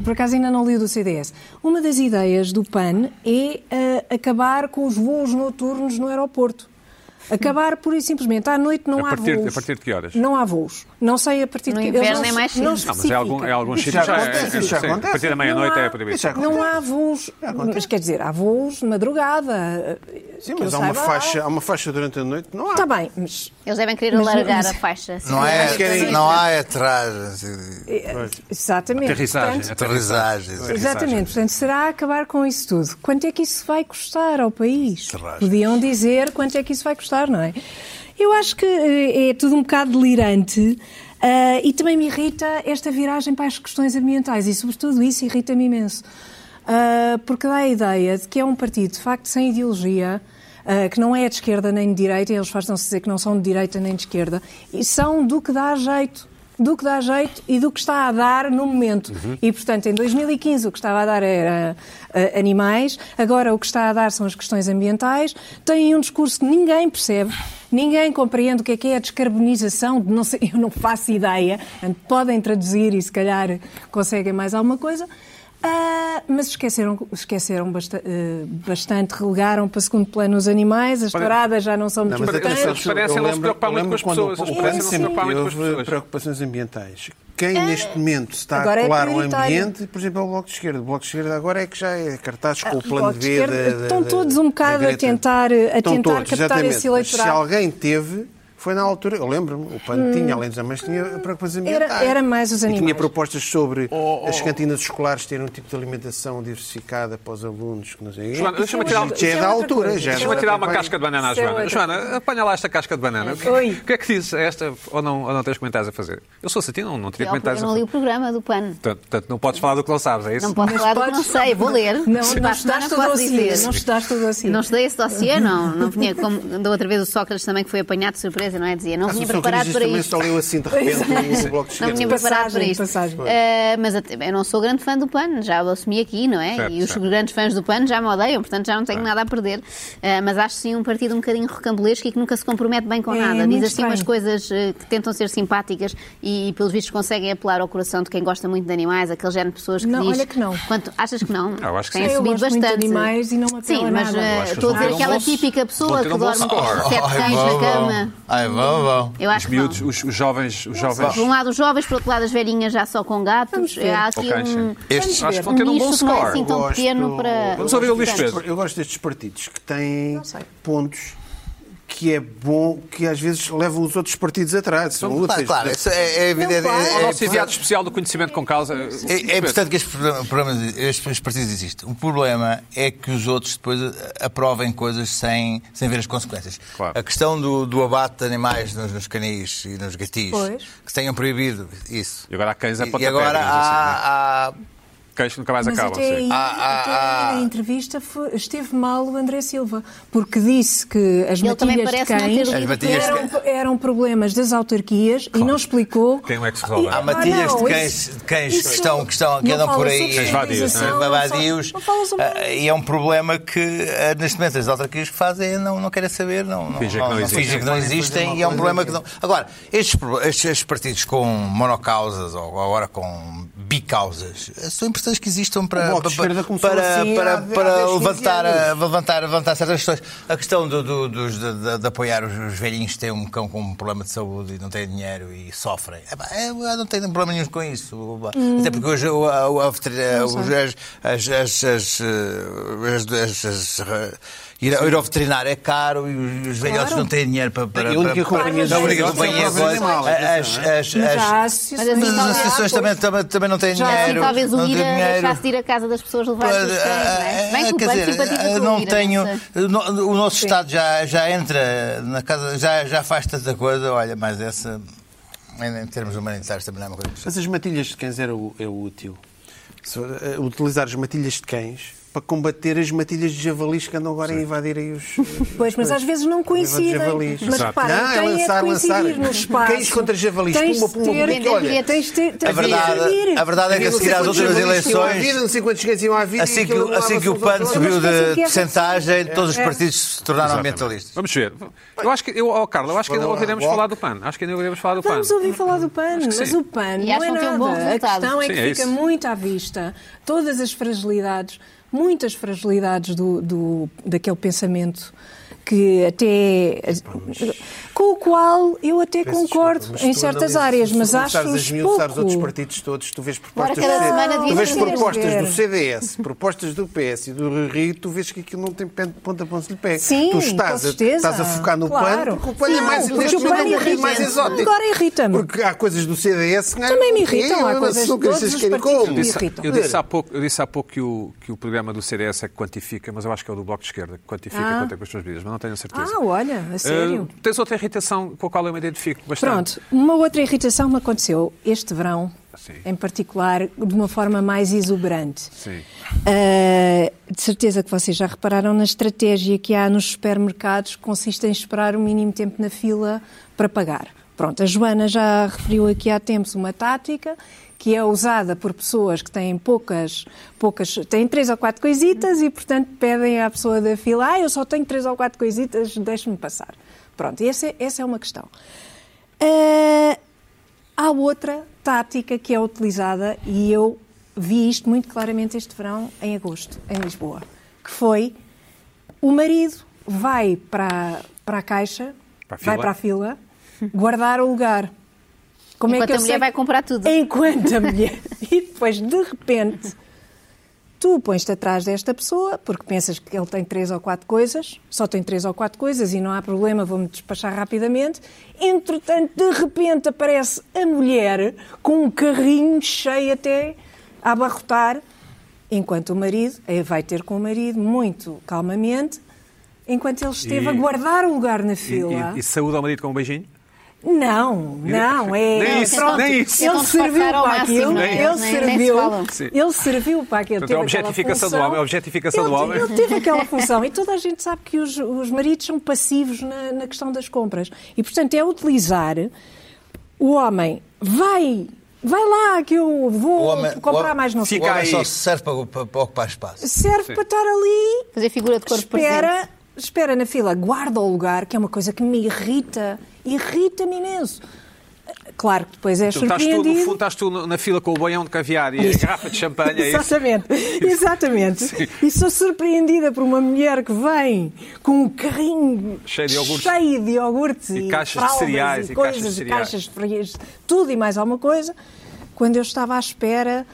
Speaker 4: por acaso ainda não li o do CDS. Uma eh, das ideias do PAN é ah, acabar com os voos noturnos no aeroporto. Acabar por e simplesmente à noite não
Speaker 1: A
Speaker 4: há
Speaker 1: partir-
Speaker 4: voos.
Speaker 1: a partir de que horas?
Speaker 4: Não há voos. Não sei a partir
Speaker 2: No
Speaker 4: de que
Speaker 2: inverno
Speaker 4: eles
Speaker 2: é mais
Speaker 4: não,
Speaker 2: cedo.
Speaker 1: Não, mas em algum- em alguns
Speaker 5: Isso
Speaker 1: sítios
Speaker 5: já
Speaker 1: já é-
Speaker 5: acontece,
Speaker 1: é-
Speaker 5: isso já
Speaker 1: sim,
Speaker 5: acontece.
Speaker 1: A partir da meia-noite é proibido.
Speaker 5: Isso é já
Speaker 4: Não há voos, mas quer dizer, há voos de madrugada.
Speaker 5: Sim, mas há uma, faixa, há uma faixa durante a noite que não há.
Speaker 4: Está Tá bem, mas
Speaker 2: Eles devem querer
Speaker 4: Mas não-
Speaker 2: alargar
Speaker 4: mas-
Speaker 2: a faixa. assim.
Speaker 3: Não, é,
Speaker 5: Mas querem-
Speaker 3: não há atrás, assim,
Speaker 4: exatamente.
Speaker 1: Aterrissagem.
Speaker 4: portanto,
Speaker 3: aterrissagens.
Speaker 4: Exatamente, portanto, será acabar com isso tudo? Quanto é que isso vai custar ao país?
Speaker 3: Terrascos.
Speaker 4: Podiam dizer quanto é que isso vai custar, não é? Eu acho que eh, é tudo um bocado delirante ah, e também me irrita esta viragem para as questões ambientais e, sobretudo, isso irrita-me imenso. Ah, porque dá a ideia de que é um partido, de facto, sem ideologia, ah, que não é de esquerda nem de direita, e eles fazem-se dizer que não são de direita nem de esquerda, e são do que dá jeito do que dá jeito e do que está a dar no momento. E, portanto, em 2015 o que estava a dar era ah, animais, agora o que está a dar são as questões ambientais. Têm um discurso que ninguém percebe, ninguém compreende o que é que é a descarbonização, de não sei, eu não faço ideia, Portanto, podem traduzir e se calhar conseguem mais alguma coisa. Ah, mas esqueceram, esqueceram basta- eh, bastante, relegaram para segundo plano os animais, as touradas já não são
Speaker 5: Não,
Speaker 4: muito
Speaker 5: mas
Speaker 1: Portanto,
Speaker 5: atenção,
Speaker 4: importantes.
Speaker 1: eles parecem
Speaker 5: eu
Speaker 1: não se
Speaker 5: lembro-
Speaker 1: preocupar
Speaker 5: eu
Speaker 1: muito
Speaker 5: lembro
Speaker 1: com as
Speaker 5: quando
Speaker 1: pessoas.
Speaker 5: O
Speaker 1: Eles
Speaker 5: parecem
Speaker 1: parecem
Speaker 5: não
Speaker 1: não se preocupar muito com as
Speaker 5: houve
Speaker 1: pessoas.
Speaker 5: preocupações ambientais. Quem neste momento está
Speaker 4: Agora é
Speaker 5: a colar o
Speaker 4: prioritário.
Speaker 5: ambiente, por exemplo, é o Bloco de Esquerda. O Bloco de Esquerda agora é que já é cartaz com
Speaker 4: Ah,
Speaker 5: o plano
Speaker 4: Bloco de
Speaker 5: B.
Speaker 4: Esquerda,
Speaker 5: da- da-
Speaker 4: estão
Speaker 5: da-
Speaker 4: todos um bocado
Speaker 5: da
Speaker 4: a
Speaker 5: Greta.
Speaker 4: tentar- a
Speaker 5: Estão
Speaker 4: tentar
Speaker 5: todos,
Speaker 4: captar
Speaker 5: exatamente.
Speaker 4: esse
Speaker 5: Mas Se
Speaker 4: eleitorado. Hum.
Speaker 5: alguém teve, foi na altura, eu lembro-me, o PAN tinha, além dos amas, tinha preocupações
Speaker 4: Era-
Speaker 5: ambientais.
Speaker 4: era mais os
Speaker 5: E tinha
Speaker 4: animais.
Speaker 5: propostas sobre
Speaker 1: Oh,
Speaker 5: as cantinas escolares terem um tipo de alimentação diversificada para os alunos. que não sei o quê.
Speaker 1: Joana, deixa-me
Speaker 5: Isso
Speaker 1: tirar-
Speaker 5: já
Speaker 1: isso
Speaker 4: é
Speaker 5: é da
Speaker 4: outra
Speaker 5: altura.
Speaker 4: coisa.
Speaker 5: já é
Speaker 1: Deixa-me
Speaker 5: da
Speaker 1: tirar uma
Speaker 5: campanha.
Speaker 1: casca de banana à
Speaker 4: Isso é
Speaker 1: Joana.
Speaker 4: outra
Speaker 1: Joana,
Speaker 4: coisa.
Speaker 1: apanha lá esta casca de banana. O que,
Speaker 4: Oi.
Speaker 1: o que é que diz a esta? Ou não, ou não tens comentários a fazer? Eu sou satino, não, não teria
Speaker 2: Eu
Speaker 1: comentários a
Speaker 2: não li o
Speaker 1: fazer.
Speaker 2: programa do PAN.
Speaker 1: Portanto, portanto, não podes falar do que não sabes, é isso?
Speaker 2: Não posso
Speaker 4: Mas
Speaker 2: falar do que não
Speaker 4: podes-
Speaker 2: sei, vou ler.
Speaker 4: Não,
Speaker 2: Sim.
Speaker 4: não
Speaker 2: Para a semana
Speaker 4: estudaste o
Speaker 2: posso
Speaker 4: dossiê.
Speaker 2: dizer.
Speaker 4: Não estudaste assim. o dossiê.
Speaker 2: Não estudei esse dossiê, não. Não vinha como da outra vez o Sócrates também que foi apanhado de surpresa, não é? Dizia, não
Speaker 5: A
Speaker 2: vinha
Speaker 5: Assunção
Speaker 2: preparado
Speaker 5: Cristas
Speaker 2: para
Speaker 5: também
Speaker 2: isto.
Speaker 5: só leu assim de repente o Bloco de
Speaker 2: Não
Speaker 5: Esquerda.
Speaker 2: vinha
Speaker 4: Passagem,
Speaker 2: preparado para isto.
Speaker 4: passagem.
Speaker 2: Eh, mas até- eu não sou grande fã do PAN, já o assumi aqui, não é?
Speaker 1: Certo,
Speaker 2: e os
Speaker 1: certo.
Speaker 2: grandes fãs do PAN já me odeiam, portanto já não
Speaker 4: Tá.
Speaker 2: tenho nada a perder. Eh, mas acho sim um partido um bocadinho rocambolesco e que nunca se compromete bem com
Speaker 4: É,
Speaker 2: nada. Diz
Speaker 4: é muito
Speaker 2: assim umas
Speaker 4: estranho.
Speaker 2: coisas eh, que tentam ser simpáticas e, e, pelos vistos conseguem apelar ao coração de quem gosta muito de animais, aquele género de pessoas que
Speaker 4: Não,
Speaker 2: diz...
Speaker 4: olha que não.
Speaker 2: Quanto, achas que não?
Speaker 1: Ah, eu acho que
Speaker 2: Tem
Speaker 1: sim.
Speaker 4: Eu
Speaker 2: subido
Speaker 4: gosto muito de
Speaker 2: bastante.
Speaker 4: animais e não me apela
Speaker 2: Sim, mas
Speaker 4: nada.
Speaker 2: eh,
Speaker 4: Eu acho
Speaker 1: que
Speaker 2: estou
Speaker 1: eles vão
Speaker 2: a dizer
Speaker 1: ter um
Speaker 2: aquela
Speaker 1: bom-
Speaker 2: típica
Speaker 1: vão
Speaker 2: pessoa
Speaker 1: ter
Speaker 2: que
Speaker 1: um bom
Speaker 2: dorme
Speaker 1: score.
Speaker 2: com sete
Speaker 3: Oh, Ai,
Speaker 2: cães na
Speaker 3: vão, vão.
Speaker 2: cama.
Speaker 3: Ai, vão, vão.
Speaker 2: Eu acho
Speaker 1: Os
Speaker 2: que não.
Speaker 1: miúdos, os, os jovens, os jovens.
Speaker 2: Por um lado os jovens, por outro lado as velhinhas já só com
Speaker 4: Vamos
Speaker 2: gatos.
Speaker 4: ver.
Speaker 2: Há aqui
Speaker 1: Ok,
Speaker 2: um,
Speaker 1: sim.
Speaker 3: Estes
Speaker 1: Acho que vão
Speaker 2: um
Speaker 1: ter um bom
Speaker 2: nicho que não é
Speaker 1: score.
Speaker 2: assim tão
Speaker 5: Gosto-
Speaker 2: pequeno para...
Speaker 1: Vamos ouvir o Luís Pedro.
Speaker 5: Eu gosto destes partidos que têm
Speaker 4: sei.
Speaker 5: pontos que é bom, que às vezes levam os outros partidos atrás. São
Speaker 3: Claro,
Speaker 5: úteis.
Speaker 3: claro, isso é, é evidente.
Speaker 4: claro.
Speaker 1: O
Speaker 3: É, é,
Speaker 1: nosso enviado especial do conhecimento com causa. Luís
Speaker 3: é- é
Speaker 1: Pedro.
Speaker 3: importante que estes, programas- programas- estes partidos existam. O problema é que os outros depois eh, aprovem coisas sem, sem ver as consequências.
Speaker 1: Claro.
Speaker 3: A questão do, do abate de animais nos, nos canis e nos gatis,
Speaker 4: Pois.
Speaker 3: que tenham proibido isso.
Speaker 1: E agora há cães é a
Speaker 3: E- E
Speaker 1: pontapé,
Speaker 3: agora
Speaker 1: digamos assim, né?
Speaker 3: há- há
Speaker 1: Cães que nunca mais
Speaker 4: Mas
Speaker 1: acabam.
Speaker 4: até aí,
Speaker 1: sim.
Speaker 3: Ah,
Speaker 4: até
Speaker 3: ah,
Speaker 4: aí
Speaker 3: ah.
Speaker 4: na entrevista foi- esteve mal o André Silva, porque disse que as
Speaker 2: Ele também
Speaker 4: matilhas de
Speaker 2: parece não ter
Speaker 4: cães
Speaker 2: lido.
Speaker 3: As matilhas de
Speaker 4: eram, eram problemas das autarquias e não explicou. ah,
Speaker 1: Tem
Speaker 3: é
Speaker 1: um ex-resolver.
Speaker 3: Há matilhas
Speaker 4: não,
Speaker 3: de cães,
Speaker 4: isso-
Speaker 3: de cães que,
Speaker 4: isso
Speaker 3: estão, que, estão, que
Speaker 4: não
Speaker 3: andam
Speaker 4: fala
Speaker 3: por aí.
Speaker 4: sobre
Speaker 1: Cães vadios, não é?
Speaker 4: civilização, não fala-
Speaker 3: vadios.
Speaker 4: não fala sobre
Speaker 3: Ah, e é um problema que, ah, neste momento, as autarquias que fazem é não, não querem saber, não, não,
Speaker 1: Fingem que não existem.
Speaker 3: fingem que não existem. E é um problema que não. Agora, estes, pro- estes- estes partidos com monocausas ou agora com bicausas eh, são importantes que existam para,
Speaker 5: O Bloco
Speaker 3: para,
Speaker 5: de Esquerda
Speaker 3: para,
Speaker 5: começou assim há-
Speaker 3: para-
Speaker 5: há
Speaker 3: para
Speaker 5: 10, 15
Speaker 3: levantar, a-
Speaker 5: anos.
Speaker 3: levantar, levantar certas questões. A questão do, do- dos, de, de- de apoiar os, os velhinhos que têm um cão com um problema de saúde e não têm dinheiro e sofrem. É pá, é, eu não tenho problema nenhum com isso.
Speaker 2: Hum.
Speaker 3: Até porque hoje o- a- o- a veterina- os- as, as, as, as, eh, as- as- as- ir ao ir ao veterinário é caro e os, os velhotes não têm dinheiro para. para
Speaker 5: E a única
Speaker 3: para- para-
Speaker 5: companhia de
Speaker 3: a única
Speaker 5: velhotes é o
Speaker 3: companhia de
Speaker 5: próprio animal,
Speaker 3: velhotes-
Speaker 5: atenção, é?
Speaker 3: as- as-
Speaker 4: Mas já há
Speaker 3: as-
Speaker 4: associações-
Speaker 2: Mas
Speaker 3: Mas as associações
Speaker 2: há
Speaker 3: também, também, também não têm
Speaker 2: Já assim,
Speaker 3: dinheiro.
Speaker 2: talvez o
Speaker 3: não têm
Speaker 2: Ira
Speaker 3: dinheiro.
Speaker 2: deixasse de ir à casa das pessoas levar os seus cães, não é? Se Bem
Speaker 3: Ah,
Speaker 2: que o
Speaker 3: quer
Speaker 2: PAN
Speaker 3: dizer,
Speaker 2: simpatiza
Speaker 3: ah,
Speaker 2: com o
Speaker 3: não
Speaker 2: Ira,
Speaker 3: tenho.
Speaker 2: sei.
Speaker 3: no- o nosso Estado já, já entra na casa, já, já faz tanta coisa, olha, mas essa. Em em termos humanitários também não é uma coisa que
Speaker 5: Mas as matilhas de cães era o, é o útil. Se, eh, utilizar as matilhas de cães para combater as matilhas de javalis que andam agora a invadir aí os.
Speaker 4: Pois, mas às vezes não coincidem.
Speaker 5: Javalis.
Speaker 4: Mas
Speaker 1: Exato.
Speaker 4: repara,
Speaker 5: Não, é
Speaker 4: tem é
Speaker 5: lançar,
Speaker 4: coincidir
Speaker 5: lançar.
Speaker 4: no espaço.
Speaker 5: Cães contra javalis,
Speaker 4: Tens
Speaker 5: puma,
Speaker 4: de
Speaker 5: puma,
Speaker 4: ter-
Speaker 5: puma, que olha.
Speaker 4: Tens de ter- tens
Speaker 3: A
Speaker 4: de
Speaker 3: verdade,
Speaker 4: coincidir.
Speaker 3: a verdade é que a seguir às outras eleições.
Speaker 5: Não sei quantos cães iam à vida.
Speaker 3: Assim que, o- assim que o PAN subiu
Speaker 4: Mas
Speaker 3: de
Speaker 4: que é
Speaker 3: percentagem, todos os
Speaker 4: É.
Speaker 3: partidos se tornaram
Speaker 1: Exatamente.
Speaker 3: ambientalistas.
Speaker 1: Vamos ver. Eu acho que, eu, oh, Carla, eu acho que ainda
Speaker 5: Falou a
Speaker 1: ouviremos
Speaker 5: Bloco.
Speaker 1: falar do PAN. Acho que ainda ouviremos falar do PAN.
Speaker 4: Vamos ouvir falar do PAN,
Speaker 1: que
Speaker 4: mas
Speaker 1: sim.
Speaker 4: o PAN
Speaker 2: E acho
Speaker 4: não é
Speaker 2: que tem um bom
Speaker 4: nada. A
Speaker 2: resultado.
Speaker 4: questão é
Speaker 1: Sim,
Speaker 4: que
Speaker 1: é
Speaker 4: fica
Speaker 1: isso.
Speaker 4: muito à vista todas as fragilidades, muitas fragilidades do, do- daquele pensamento que até. com o qual eu até concordo em certas áreas, mas acho-os
Speaker 5: Se
Speaker 4: pouco.
Speaker 5: começares a outros partidos todos, tu vês propostas,
Speaker 2: cada
Speaker 5: do C-
Speaker 2: semana
Speaker 5: tu
Speaker 2: devia
Speaker 5: vês
Speaker 2: ser.
Speaker 5: propostas do CDS, propostas do PS e do Rio Rio, tu vês que aquilo não tem pé- ponta a ponta de pé.
Speaker 4: Sim,
Speaker 5: tu
Speaker 4: com
Speaker 5: estás, a,
Speaker 4: certeza.
Speaker 5: estás a focar no
Speaker 4: Claro.
Speaker 5: PAN, porque o PAN é
Speaker 4: Não,
Speaker 5: mais,
Speaker 4: porque
Speaker 5: neste
Speaker 4: o PAN
Speaker 5: momento, é um bocadinho
Speaker 4: irrita-me.
Speaker 5: mais exótico.
Speaker 4: Agora irrita-me.
Speaker 5: Porque há coisas do CDS que um
Speaker 4: Também me irritam, há coisas de todos os partidos
Speaker 1: Eu
Speaker 4: me
Speaker 1: disse,
Speaker 4: irritam.
Speaker 1: eu disse há pouco, eu disse há pouco que, o, que o programa do CDS é que quantifica, mas eu acho que é o do Bloco de Esquerda que quantifica
Speaker 4: Ah.
Speaker 1: quanto é que as suas vidas, mas não tenho certeza.
Speaker 4: Ah, olha, a sério.
Speaker 1: Ah, tens outra irritação com a qual eu me identifico bastante.
Speaker 4: Pronto, uma outra irritação me aconteceu este verão,
Speaker 1: Sim.
Speaker 4: em particular, de uma forma mais exuberante.
Speaker 1: Sim.
Speaker 4: Ah, de certeza que vocês já repararam na estratégia que há nos supermercados que consiste em esperar o mínimo tempo na fila para pagar. Pronto, a Joana já referiu aqui há tempos uma tática que é usada por pessoas que têm poucas, poucas têm três ou quatro coisitas e, portanto, pedem à pessoa da fila, ah, eu só tenho três ou quatro coisitas, deixe-me passar. Pronto, essa é, essa é uma questão. Ah, Há outra tática que é utilizada e eu vi isto muito claramente este verão, em agosto, em Lisboa, que foi o marido vai para, para a caixa,
Speaker 1: Para a
Speaker 4: vai
Speaker 1: fila.
Speaker 4: para a fila, guardar o lugar. Como é
Speaker 2: Enquanto a mulher vai comprar tudo.
Speaker 4: Enquanto a mulher. e depois, de repente, tu pões-te atrás desta pessoa porque pensas que ele tem três ou quatro coisas, só tem três ou quatro coisas e não há problema, vou-me despachar rapidamente. Entretanto, de repente aparece a mulher com um carrinho cheio até a abarrotar, enquanto o marido eh, vai ter com o marido muito calmamente, enquanto ele esteve
Speaker 1: E-
Speaker 4: a guardar o lugar na
Speaker 1: E,
Speaker 4: fila.
Speaker 1: e, e saúde ao marido com um beijinho?
Speaker 4: Não, não, é.
Speaker 1: Nem
Speaker 4: é,
Speaker 1: isso,
Speaker 4: pronto.
Speaker 1: nem isso.
Speaker 4: Ele
Speaker 2: Tentam disfarçar
Speaker 4: serviu
Speaker 2: ao
Speaker 4: para
Speaker 2: máximo,
Speaker 4: aquilo.
Speaker 2: não é?
Speaker 4: Ele
Speaker 2: Nem- nem
Speaker 4: serviu.
Speaker 2: se falam.
Speaker 1: Sim.
Speaker 4: Ele serviu para aquilo.
Speaker 1: Portanto,
Speaker 4: teve
Speaker 1: é a
Speaker 4: aquela
Speaker 1: objetificação do
Speaker 4: função.
Speaker 1: homem, é a objetificação
Speaker 4: Ele-
Speaker 1: do homem.
Speaker 4: Ele teve aquela função. E toda a gente sabe que os, os maridos são passivos na, na questão das compras. E, portanto, é utilizar o homem. Vai, vai lá que eu vou
Speaker 3: O homem- o
Speaker 4: comprar
Speaker 3: hom-
Speaker 4: mais não sei.
Speaker 1: Fica
Speaker 3: o homem
Speaker 1: aí.
Speaker 3: só serve para, para- para ocupar espaço.
Speaker 4: Serve para estar ali
Speaker 2: Fazer figura de corpo presente.
Speaker 4: espera, espera na fila, guarda o lugar, que é uma coisa que me irrita, irrita-me imenso. Claro que depois é
Speaker 1: Tu estás tu, no fundo,
Speaker 4: surpreendido.
Speaker 1: estás tu no- na fila com o boião de caviar e a garrafa de champanhe. é isso?
Speaker 4: Exatamente, exatamente. E sou surpreendida por uma mulher que vem com um carrinho
Speaker 1: Cheio de iogurtes.
Speaker 4: cheio de iogurtes
Speaker 1: E
Speaker 4: e,
Speaker 1: caixas de
Speaker 4: fraldas
Speaker 1: cereais,
Speaker 4: e,
Speaker 1: e
Speaker 4: coisas,
Speaker 1: caixas de
Speaker 4: e
Speaker 1: cereais.
Speaker 4: caixas de frias, tudo e mais alguma coisa. Quando eu estava à espera,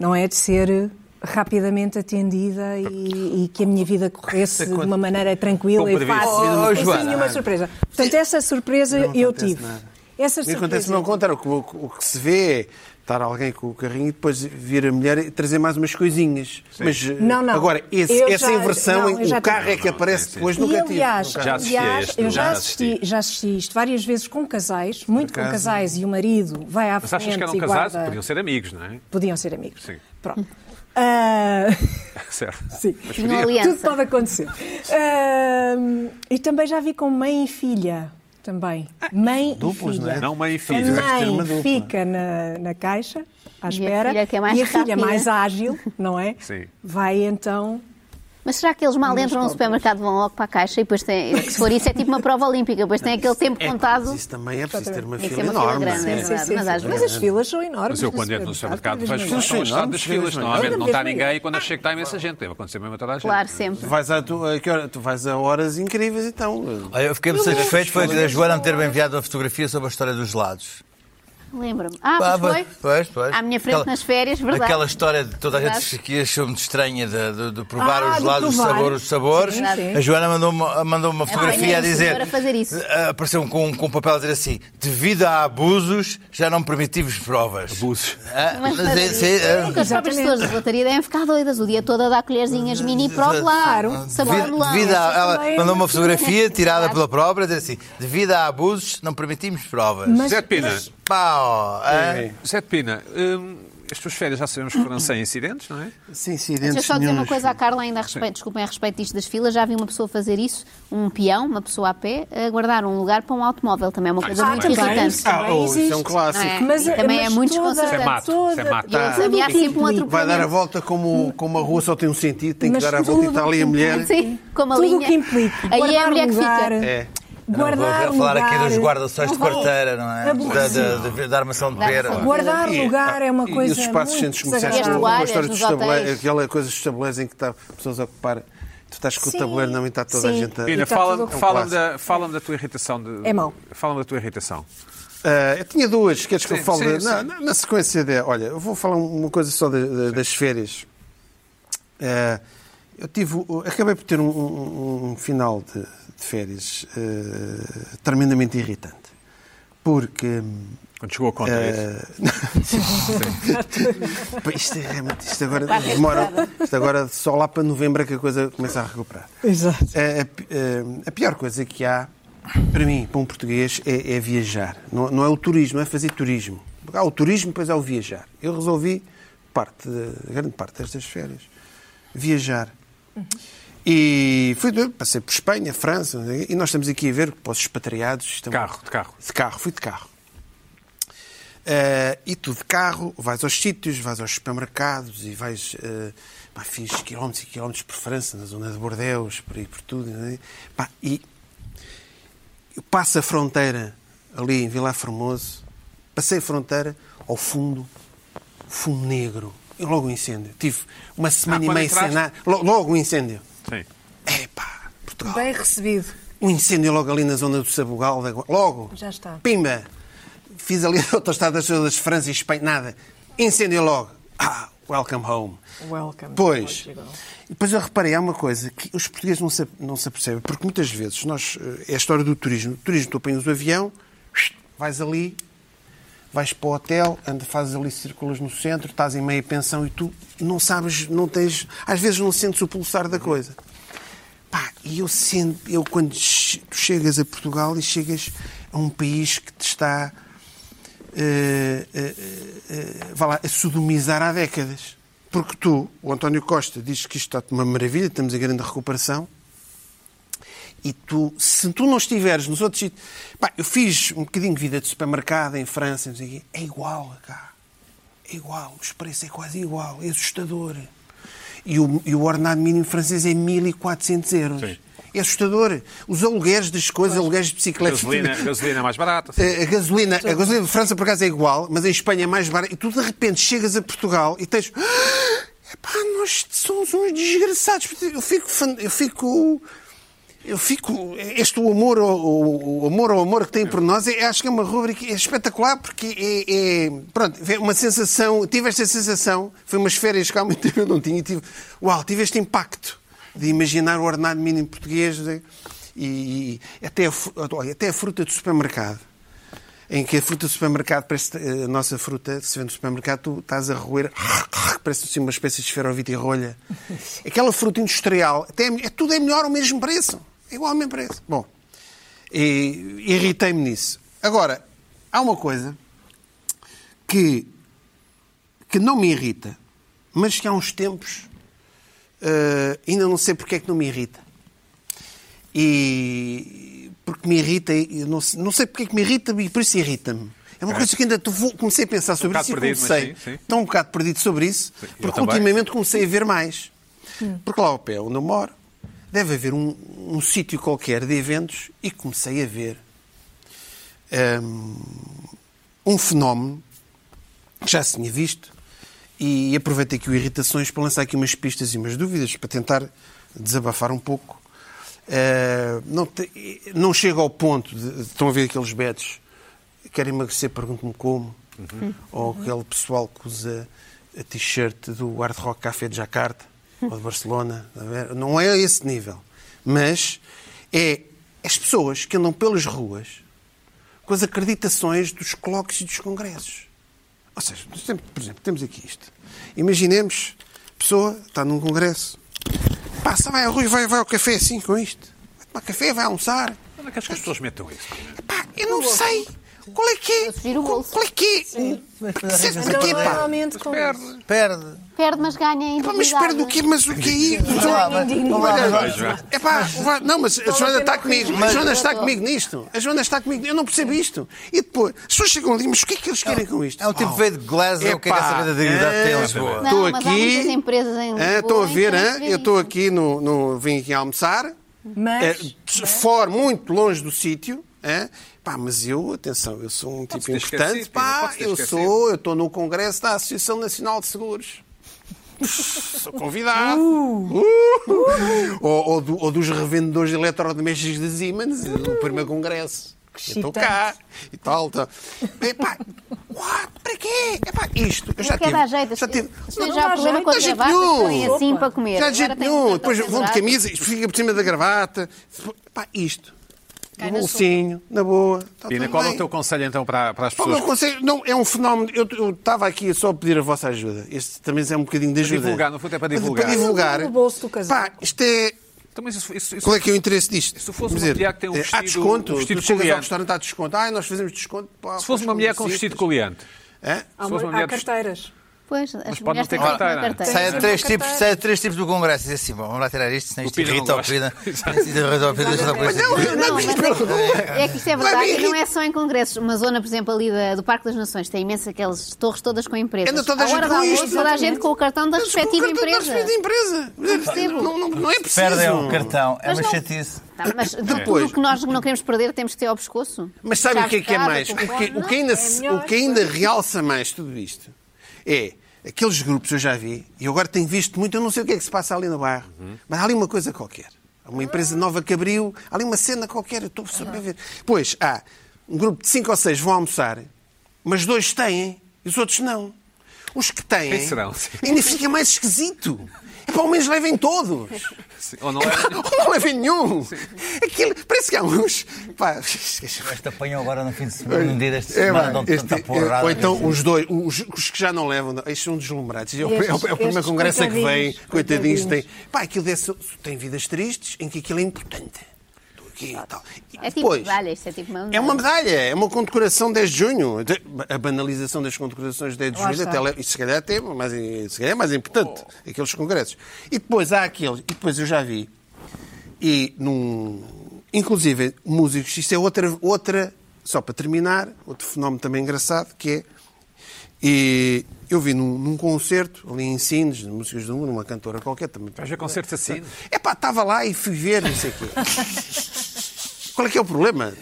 Speaker 4: não é de ser rapidamente atendida e, e que a minha vida corresse de uma maneira tranquila
Speaker 1: Com
Speaker 4: e
Speaker 1: previsto.
Speaker 4: fácil.
Speaker 3: Oh, oh,
Speaker 4: sem
Speaker 3: Joana.
Speaker 4: nenhuma surpresa. Portanto, essa surpresa
Speaker 5: Não
Speaker 4: eu
Speaker 5: acontece
Speaker 4: tive.
Speaker 5: nada.
Speaker 4: Essa
Speaker 5: E
Speaker 4: surpresa.
Speaker 5: acontece-me ao contrário. O que, o que- o que se vê é estar alguém com o carrinho e depois vir a mulher e trazer mais umas coisinhas. Mas eh,
Speaker 4: Não, não.
Speaker 5: agora, esse-
Speaker 4: Eu
Speaker 5: essa
Speaker 4: já-
Speaker 5: inversão
Speaker 4: não, eu
Speaker 5: em
Speaker 4: já
Speaker 5: o carro
Speaker 4: tive.
Speaker 5: é que aparece depois
Speaker 4: E
Speaker 5: nunca tive.
Speaker 4: aliás,
Speaker 5: Nunca-
Speaker 1: Já assisti a
Speaker 4: aliás,
Speaker 1: este, é?
Speaker 4: eu já
Speaker 1: já
Speaker 4: assisti,
Speaker 1: assisti.
Speaker 4: já assisti isto várias vezes com casais, muito com
Speaker 5: acaso.
Speaker 4: casais, e o marido vai à
Speaker 1: Mas
Speaker 4: frente
Speaker 1: achas que eram
Speaker 4: e
Speaker 1: casados?
Speaker 4: guarda...
Speaker 1: Podiam ser amigos, não é?
Speaker 4: Podiam ser amigos.
Speaker 1: Sim.
Speaker 4: Pronto. Ah,
Speaker 1: Certo.
Speaker 4: sim.
Speaker 2: Tinha uma aliança.
Speaker 4: Tudo pode acontecer. Ah, e também já vi com mãe e filha. Também. Mãe
Speaker 5: Ah, duplos,
Speaker 4: e filha.
Speaker 5: não é?
Speaker 1: Não mãe e
Speaker 4: A
Speaker 1: filho.
Speaker 5: Mas ter uma
Speaker 4: mãe
Speaker 5: dupla.
Speaker 4: fica na, na caixa, à espera,
Speaker 2: filha que é mais
Speaker 4: e a filha
Speaker 2: rápida.
Speaker 4: mais ágil, não é?
Speaker 1: Sim.
Speaker 4: Vai então
Speaker 2: Mas será que eles mal entram no supermercado, vão logo para a caixa e depois têm. Se for isso, é tipo uma prova olímpica, depois tem aquele tempo
Speaker 5: É,
Speaker 2: contado.
Speaker 5: mas isso também é preciso ter uma
Speaker 2: Tem que ser
Speaker 5: fila
Speaker 2: uma fila
Speaker 5: enorme.
Speaker 2: grande,
Speaker 5: não é?
Speaker 2: é verdade, mas às
Speaker 4: as filas são enormes.
Speaker 1: Mas eu, quando
Speaker 4: no
Speaker 1: entro no supermercado,
Speaker 4: cada
Speaker 1: vejo
Speaker 4: vez
Speaker 1: qual
Speaker 4: maiores.
Speaker 1: está o estado das
Speaker 5: Sim, sim,
Speaker 1: filas.
Speaker 5: não,
Speaker 1: Normalmente
Speaker 4: cada
Speaker 1: não
Speaker 4: vez
Speaker 1: está
Speaker 4: maior.
Speaker 1: ninguém e quando eu chego está imensa gente. Deve acontecer mesmo a toda a gente.
Speaker 2: Claro, sempre.
Speaker 5: Tu vais a, tu, a que hora? tu vais a horas incríveis então.
Speaker 3: Olha, eu fiquei muito satisfeito foi a Joana me ter enviado uma fotografia sobre a história dos gelados.
Speaker 2: Lembro-me. Ah, pois foi?
Speaker 3: Pois, pois.
Speaker 2: À minha frente
Speaker 3: Aquela-
Speaker 2: nas férias, verdade.
Speaker 3: Aquela história de toda a gente
Speaker 2: Verdade.
Speaker 3: que achou muito estranha de, de- de provar
Speaker 4: Ah,
Speaker 3: os
Speaker 4: de
Speaker 3: gelados, os
Speaker 4: provar.
Speaker 3: sabores, os sabores.
Speaker 4: Sim, sim.
Speaker 3: A Joana mandou uma, mandou uma
Speaker 2: bem,
Speaker 3: fotografia a
Speaker 2: é
Speaker 3: dizer.
Speaker 2: para fazer isso.
Speaker 3: eh, Apareceu com, com um papel a dizer assim: devido a abusos, já não permitivos provas.
Speaker 1: Abusos.
Speaker 3: Ah,
Speaker 2: Mas
Speaker 3: mas é-
Speaker 2: fazer
Speaker 3: é- é-
Speaker 2: Porque as próprias pessoas da lotaria devem ficar doidas o dia todo a dar colherzinhas mini para o
Speaker 5: Ah,
Speaker 2: lado. Sabor
Speaker 3: Devido,
Speaker 2: melão.
Speaker 3: ah, devido a, ela
Speaker 4: também é
Speaker 3: mandou
Speaker 4: uma
Speaker 3: uma fotografia tirada
Speaker 2: assim Verdade.
Speaker 3: pela própria, dizer assim: devido a abusos, não permitimos provas.
Speaker 4: Mas-
Speaker 1: Zé de Pina.
Speaker 3: Pau! ah,
Speaker 1: Zé de Pina, hum, as tuas férias já sabemos que foram sem incidentes, não é?
Speaker 5: Sim, sim,
Speaker 2: Deixa eu
Speaker 5: dentes
Speaker 2: só dizer uma
Speaker 5: nenhuns.
Speaker 2: coisa à Carla ainda a respeito, desculpem, a respeito disto das filas, já vi uma pessoa fazer isso, um peão, uma pessoa a pé, a guardar um lugar para um automóvel, também é uma coisa
Speaker 1: isso
Speaker 2: muito
Speaker 1: também.
Speaker 2: irritante.
Speaker 4: Isso
Speaker 5: Ah,
Speaker 4: Ah, também
Speaker 5: oh, isso é um
Speaker 4: existe.
Speaker 5: clássico.
Speaker 2: Não é?
Speaker 4: Mas,
Speaker 2: Também
Speaker 4: mas
Speaker 2: é muito
Speaker 4: toda-
Speaker 1: Isso é mato,
Speaker 4: toda-
Speaker 1: isso é mato.
Speaker 2: E eles ameaçam sempre um atropelamento.
Speaker 5: Vai dar a volta como, como a rua só tem um sentido, tem
Speaker 4: Mas
Speaker 5: que dar a volta e
Speaker 4: tudo
Speaker 5: está ali a mulher.
Speaker 2: Sim, com uma
Speaker 4: Tudo o
Speaker 2: linha.
Speaker 4: que implica.
Speaker 2: Aí é a
Speaker 4: Guardar um
Speaker 2: mulher que
Speaker 4: lugar.
Speaker 2: fica.
Speaker 5: É.
Speaker 4: Guardar
Speaker 3: não vou falar
Speaker 4: lugar,
Speaker 3: aqui dos guarda-sóis de
Speaker 4: não vale.
Speaker 3: quarteira, não é? Da,
Speaker 4: Aborrecido.
Speaker 3: da, da, da armação de
Speaker 2: Da
Speaker 3: pera.
Speaker 2: armação
Speaker 4: Guardar
Speaker 5: E,
Speaker 4: lugar é uma
Speaker 5: e
Speaker 4: coisa
Speaker 5: os espaços
Speaker 4: muito
Speaker 5: centros comerciais
Speaker 2: desagradável.
Speaker 5: estão com a
Speaker 2: As
Speaker 5: história
Speaker 2: toalhas
Speaker 5: dos
Speaker 2: nos
Speaker 5: estabelecem,
Speaker 2: hotéis.
Speaker 5: aquela coisa dos estabelecem que está pessoas a ocupar Tu estás com
Speaker 4: Sim.
Speaker 5: o tabuleiro na metade toda a
Speaker 4: Sim.
Speaker 5: gente a...
Speaker 4: E
Speaker 1: Pina,
Speaker 4: tá
Speaker 1: fala-me
Speaker 4: tudo-
Speaker 1: fala-me
Speaker 5: É um
Speaker 1: da, fala-me da tua irritação. De,
Speaker 4: É mau.
Speaker 1: Fala-me da tua irritação.
Speaker 5: Ah, eu tinha duas, queres que
Speaker 1: Sim,
Speaker 5: eu fale?
Speaker 1: sim,
Speaker 5: de- na,
Speaker 1: sim.
Speaker 5: na- na sequência de. Olha, eu vou falar um, uma coisa só de- de- das férias. Ah, eu tive. o- Acabei por ter um, um- um final de, de férias ah, tremendamente irritante. Porque. hum,
Speaker 1: Quando chegou a conta, é isso?
Speaker 5: Pá, Eh, Isto, é realmente- isto agora demora. Isto agora só lá para novembro é que a coisa começa a recuperar.
Speaker 4: Exato.
Speaker 5: A, a pi- eh, a pior coisa que há, para mim, para um português, é, é viajar. Não, não é o turismo, é fazer turismo. Há o turismo, depois há o viajar. Eu resolvi, parte, de- grande parte destas férias, viajar. E fui, de- passei por Espanha, França, não sei o quê, e nós estamos aqui a ver, para os expatriados... é Estamos,
Speaker 1: Carro, de carro.
Speaker 5: De carro, fui de carro. Eh, e tu de carro vais aos sítios, vais aos supermercados e vais. eh, pá, fiz quilómetros e quilómetros por França, na zona de Bordeus, por aí por tudo. né? Pá, e eu passo a fronteira ali em Vila Formoso, passei a fronteira ao fundo, fumo negro, e logo um incêndio. Tive uma semana e
Speaker 1: Ah, quando
Speaker 5: meia sem
Speaker 1: entraste?
Speaker 5: nada, lo- logo um incêndio.
Speaker 1: Sim.
Speaker 5: Epá, Portugal.
Speaker 4: Bem recebido.
Speaker 5: Um incêndio logo ali na zona do Sabugal. da Gua- Logo.
Speaker 4: Já está.
Speaker 5: Pimba. Fiz ali a autostrada das França e Espanha. Nada. Incêndio logo. Ah, welcome home.
Speaker 4: Welcome to
Speaker 5: Pois.
Speaker 4: Portugal.
Speaker 5: E depois eu reparei, há uma coisa que os portugueses não se, não se apercebem. Porque muitas vezes nós... eh, É a história do turismo. O turismo, tu apanhas o avião, vais ali, vais para o hotel, anda, fazes ali, circulas no centro, estás em meia pensão e tu não sabes, não tens... Às vezes não sentes o pulsar da coisa. Pá, e eu sinto, eu quando che- tu chegas a Portugal e chegas a um país que te está eh, eh, eh, vá lá, a sodomizar há décadas. Porque tu, o António Costa, diz que isto está uma maravilha, estamos em grande recuperação, e tu, se tu não estiveres nos outros sítios. Pá, eu fiz um bocadinho de vida de supermercado em França, não sei o quê, é igual a cá. É igual, os preços é quase igual, é assustador. E o, e o ordenado mínimo francês é 1400 euros.
Speaker 1: Sim.
Speaker 5: É assustador. Os aluguéis das coisas, aluguéis de bicicletas.
Speaker 1: Gasolina, gasolina é mais barata. sim.
Speaker 5: A a gasolina, a gasolina de França por acaso é igual, mas em Espanha é mais barata. E tu de repente chegas a Portugal e tens. "Ah, Epá, nós somos uns desgraçados. Eu fico. fan- Eu fico. Eu fico. Este o amor, ao- o, o amor ao amor que têm por nós, é- acho que é uma rubrica é espetacular porque é, é- Pronto, é uma sensação. Tive esta sensação, foi umas férias que há muito tempo eu não tinha. e Tive, uau, tive este impacto de imaginar o ordenado mínimo português né? e, e até, a, fu- olha, até a fruta do supermercado em que a fruta do supermercado, parece, eh, a nossa fruta, se vende no supermercado, tu estás a roer, parece assim uma espécie de esferovite e rolha. Aquela fruta industrial, até é, é- tudo é melhor ao mesmo preço. É igual ao mesmo preço. Bom, e irritei-me nisso. Agora, há uma coisa que, que não me irrita, mas que há uns tempos eh, ainda não sei porque é que não me irrita. E porque me irrita, e eu não, sei- não sei porque é que me irrita e por isso irrita-me. É uma coisa que ainda tu vou- comecei a pensar sobre
Speaker 1: um bocado
Speaker 5: isso
Speaker 1: perdido,
Speaker 5: e
Speaker 1: mas
Speaker 5: comecei.
Speaker 1: sim, sim.
Speaker 5: Estou um bocado perdido sobre isso,
Speaker 1: Sim, eu
Speaker 5: porque
Speaker 1: também.
Speaker 5: ultimamente comecei a ver mais. Porque lá ao pé onde eu moro, deve haver um, um sítio qualquer de eventos e comecei a ver hum, um fenómeno que já se tinha visto e aproveitei aqui o Irritações para lançar aqui umas pistas e umas dúvidas para tentar desabafar um pouco. Eh, não, te- não chego ao ponto de. Estão a ver aqueles betos? Querem emagrecer, pergunto-me como. Ou aquele pessoal que usa a t-shirt do Hard Rock Café de Jacarta ou de Barcelona. está a ver? Não é a esse nível. Mas é as pessoas que andam pelas ruas com as acreditações dos colóquios e dos congressos. Ou seja, nós temos- por exemplo, temos aqui isto. Imaginemos, pessoa está num congresso, passa, vai ao Rui, vai, vai ao café assim com isto. Vai tomar café, vai almoçar.
Speaker 1: Onde é que as pessoas metam
Speaker 5: Tá
Speaker 1: isso?
Speaker 5: Pá, eu não sei. Qual é que é?
Speaker 2: Eu sugiro o
Speaker 5: Qual,
Speaker 2: bolso.
Speaker 5: qual é que é? o- Percebes o quê,
Speaker 4: Não é
Speaker 5: pá?
Speaker 4: realmente com isso.
Speaker 3: Perde.
Speaker 2: Perde, mas ganha ainda.
Speaker 5: Pá, mas espera do quê? Mas o que é isso? É pá, vai- não, mas a Joana está comigo. A Joana está comigo nisto. A Joana está comigo. Eu não percebo isto. E depois, as pessoas chegam ali, mas o que é que eles querem com isto?
Speaker 3: É um tipo
Speaker 5: Oh.
Speaker 3: veio de Glasgow que quer
Speaker 5: Epá,
Speaker 3: saber da dignidade
Speaker 5: é,
Speaker 3: de Lisboa.
Speaker 2: Não,
Speaker 5: Estou
Speaker 2: mas há muitas
Speaker 5: aqui.
Speaker 2: empresas em
Speaker 5: Ah,
Speaker 2: Lisboa
Speaker 5: Estou a
Speaker 2: em
Speaker 5: ver,
Speaker 2: que
Speaker 5: ah,
Speaker 2: se vê
Speaker 5: eu estou
Speaker 2: isso.
Speaker 5: aqui no, no- Vim aqui almoçar. É,
Speaker 4: Mas
Speaker 2: né?
Speaker 5: fora, muito longe do sítio. ah, pá, mas eu, atenção, eu sou um
Speaker 1: Pode-se
Speaker 5: tipo
Speaker 1: ter
Speaker 5: importante.
Speaker 1: esquecido, Pina,
Speaker 5: pá,
Speaker 1: pode-se ter
Speaker 5: eu
Speaker 1: esquecido.
Speaker 5: sou, eu estou no Congresso da Associação Nacional de Seguros. Sou convidado. Uh. Ou, ou do- ou dos revendedores de eletrodomésticos de Siemens, no
Speaker 2: Uh!
Speaker 5: primeiro congresso.
Speaker 4: Que
Speaker 5: Eu Estou cá e tal. tal. Epá, what? Para quê? Epá, isto. Eu já
Speaker 2: Não quer dar
Speaker 5: tive.
Speaker 2: jeito.
Speaker 5: Já tive.
Speaker 2: Isto já
Speaker 4: não dá
Speaker 2: o problema
Speaker 4: jeito.
Speaker 2: com a
Speaker 5: Dá jeito
Speaker 2: gravata.
Speaker 5: nenhum.
Speaker 2: Põe assim
Speaker 4: Opa.
Speaker 2: para comer.
Speaker 5: Já de
Speaker 2: Agora
Speaker 5: jeito
Speaker 2: tem
Speaker 5: nenhum.
Speaker 2: tanta
Speaker 5: Depois vão de
Speaker 2: coisa.
Speaker 5: camisa, isto fica por cima da gravata. Pá, isto.
Speaker 2: Cai
Speaker 5: No
Speaker 2: na
Speaker 5: bolsinho, na boa. Tá
Speaker 1: Pina,
Speaker 5: tudo
Speaker 1: qual é
Speaker 5: bem.
Speaker 1: o teu conselho então para, para as
Speaker 5: Pá,
Speaker 1: pessoas
Speaker 5: não consigo- não, é um fenómeno. Eu eu estava aqui só a pedir a vossa ajuda. Este também é um bocadinho de ajuda.
Speaker 1: divulgar, no fundo é para divulgar.
Speaker 5: Para divulgar.
Speaker 4: No bolso do
Speaker 5: Pá,
Speaker 4: casaco.
Speaker 5: isto é.
Speaker 1: Então, mas isso- isso- isso-
Speaker 5: Qual é que é o interesse disto?
Speaker 1: Se fosse
Speaker 5: Quer
Speaker 1: uma mulher que tem um
Speaker 5: é, Há
Speaker 1: vestido-
Speaker 5: desconto.
Speaker 1: um vestido
Speaker 5: tu chegas ao
Speaker 1: coreano.
Speaker 5: restaurante, há desconto. Ah, nós fazemos desconto. pá,
Speaker 1: Se fosse
Speaker 5: para
Speaker 1: uma
Speaker 5: os
Speaker 1: mulher com um vestido
Speaker 5: publicistas.
Speaker 1: coliante,
Speaker 5: Hã?
Speaker 4: Há,
Speaker 1: Se fosse uma
Speaker 4: há
Speaker 1: mulher de-
Speaker 4: carteiras.
Speaker 2: Pois, as
Speaker 1: pode não
Speaker 2: mulheres
Speaker 1: ter
Speaker 2: têm que ter uma
Speaker 1: carteira.
Speaker 2: carteira.
Speaker 4: Sai
Speaker 3: Saia
Speaker 4: Sim.
Speaker 3: três,
Speaker 4: Nunca
Speaker 3: tipos,
Speaker 4: tem.
Speaker 3: saia três tipos do Congresso. E assim, bom, vamos lá tirar isto, senão isto
Speaker 1: O Pina não
Speaker 3: irrita ao
Speaker 1: gosta.
Speaker 3: querida.
Speaker 1: Exato.
Speaker 3: Irrita ao querido. irrita ao
Speaker 5: Mas não, não,
Speaker 3: querido.
Speaker 2: Não,
Speaker 5: mas-
Speaker 2: mas é que, é que isto é
Speaker 5: Vai
Speaker 2: verdade
Speaker 5: me
Speaker 2: e não é só em congressos. Uma zona, por exemplo, ali da- do Parque das Nações, tem imensas aquelas torres todas com empresas.
Speaker 5: Anda toda a
Speaker 2: À
Speaker 5: gente
Speaker 2: hora do
Speaker 5: com
Speaker 2: almoço,
Speaker 5: isto,
Speaker 2: toda a gente com o cartão da
Speaker 5: Mas com o
Speaker 2: respectiva
Speaker 5: cartão da
Speaker 2: empresa.
Speaker 5: respectiva empresa.
Speaker 2: percebo.
Speaker 5: Não, não, não é preciso.
Speaker 3: Perdem o cartão. É
Speaker 2: Mas
Speaker 3: uma
Speaker 2: não-
Speaker 3: chatice.
Speaker 2: Tá, mas de
Speaker 5: Depois-
Speaker 2: tudo o que nós não queremos perder, temos que ter ao pescoço.
Speaker 5: Mas sabe o que é que é
Speaker 2: Chave,
Speaker 5: mais? O que,
Speaker 2: telefone.
Speaker 5: o que ainda, se- o que ainda realça mais tudo isto é aqueles grupos eu já vi, e eu agora tenho visto muito, eu não sei o que é que se passa ali no bairro, mas há ali uma coisa qualquer. Há uma empresa nova que abriu, há ali uma cena qualquer, eu estou sempre a ver. Pois, há um grupo de cinco ou seis vão almoçar, mas dois têm e os outros não. Os que têm
Speaker 1: Quem serão? Sim.
Speaker 5: ainda fica mais esquisito. É para ao menos levem todos.
Speaker 1: se- ou não é?
Speaker 5: Ou não levem nenhum. Aquilo, parece que há uns. Pá,
Speaker 3: Este apanhou agora no fim de semana, num dia desta
Speaker 5: é,
Speaker 3: semana,
Speaker 5: pá,
Speaker 3: dão-te
Speaker 5: este-
Speaker 3: tanta porrada. assim,
Speaker 5: ou então os dois, os, os que já não levam, não, estes são deslumbrados. É o, é o- é o
Speaker 4: Estes-
Speaker 5: primeiro
Speaker 4: estes
Speaker 5: congresso a que vem,
Speaker 4: coitadinhos,
Speaker 5: coitadinhos, tem.
Speaker 4: coitadinhos.
Speaker 5: Pá, aquilo é só- tem vidas tristes em que aquilo é importante. Estou aqui e tal. E
Speaker 2: É tipo
Speaker 5: depois,
Speaker 2: medalha, isto é tipo uma
Speaker 5: é uma medalha, é uma condecoração 10 de junho. De- A banalização das condecorações 10 de
Speaker 4: Lá
Speaker 5: junho,
Speaker 4: está. Oh.
Speaker 5: até, lá- isso se calhar até mais, se calhar é mais importante, aqueles congressos. E depois há aqueles, e depois eu já vi, e num, inclusive músicos, isto é outra, outra, só para terminar, outro fenómeno também engraçado, que é, e eu vi num, num concerto, ali em Sines, de músicas do mundo, numa cantora qualquer também.
Speaker 1: Vais ver concertos assim?
Speaker 5: É pá, estava lá e fui ver, não sei o quê. Qual é que é o problema?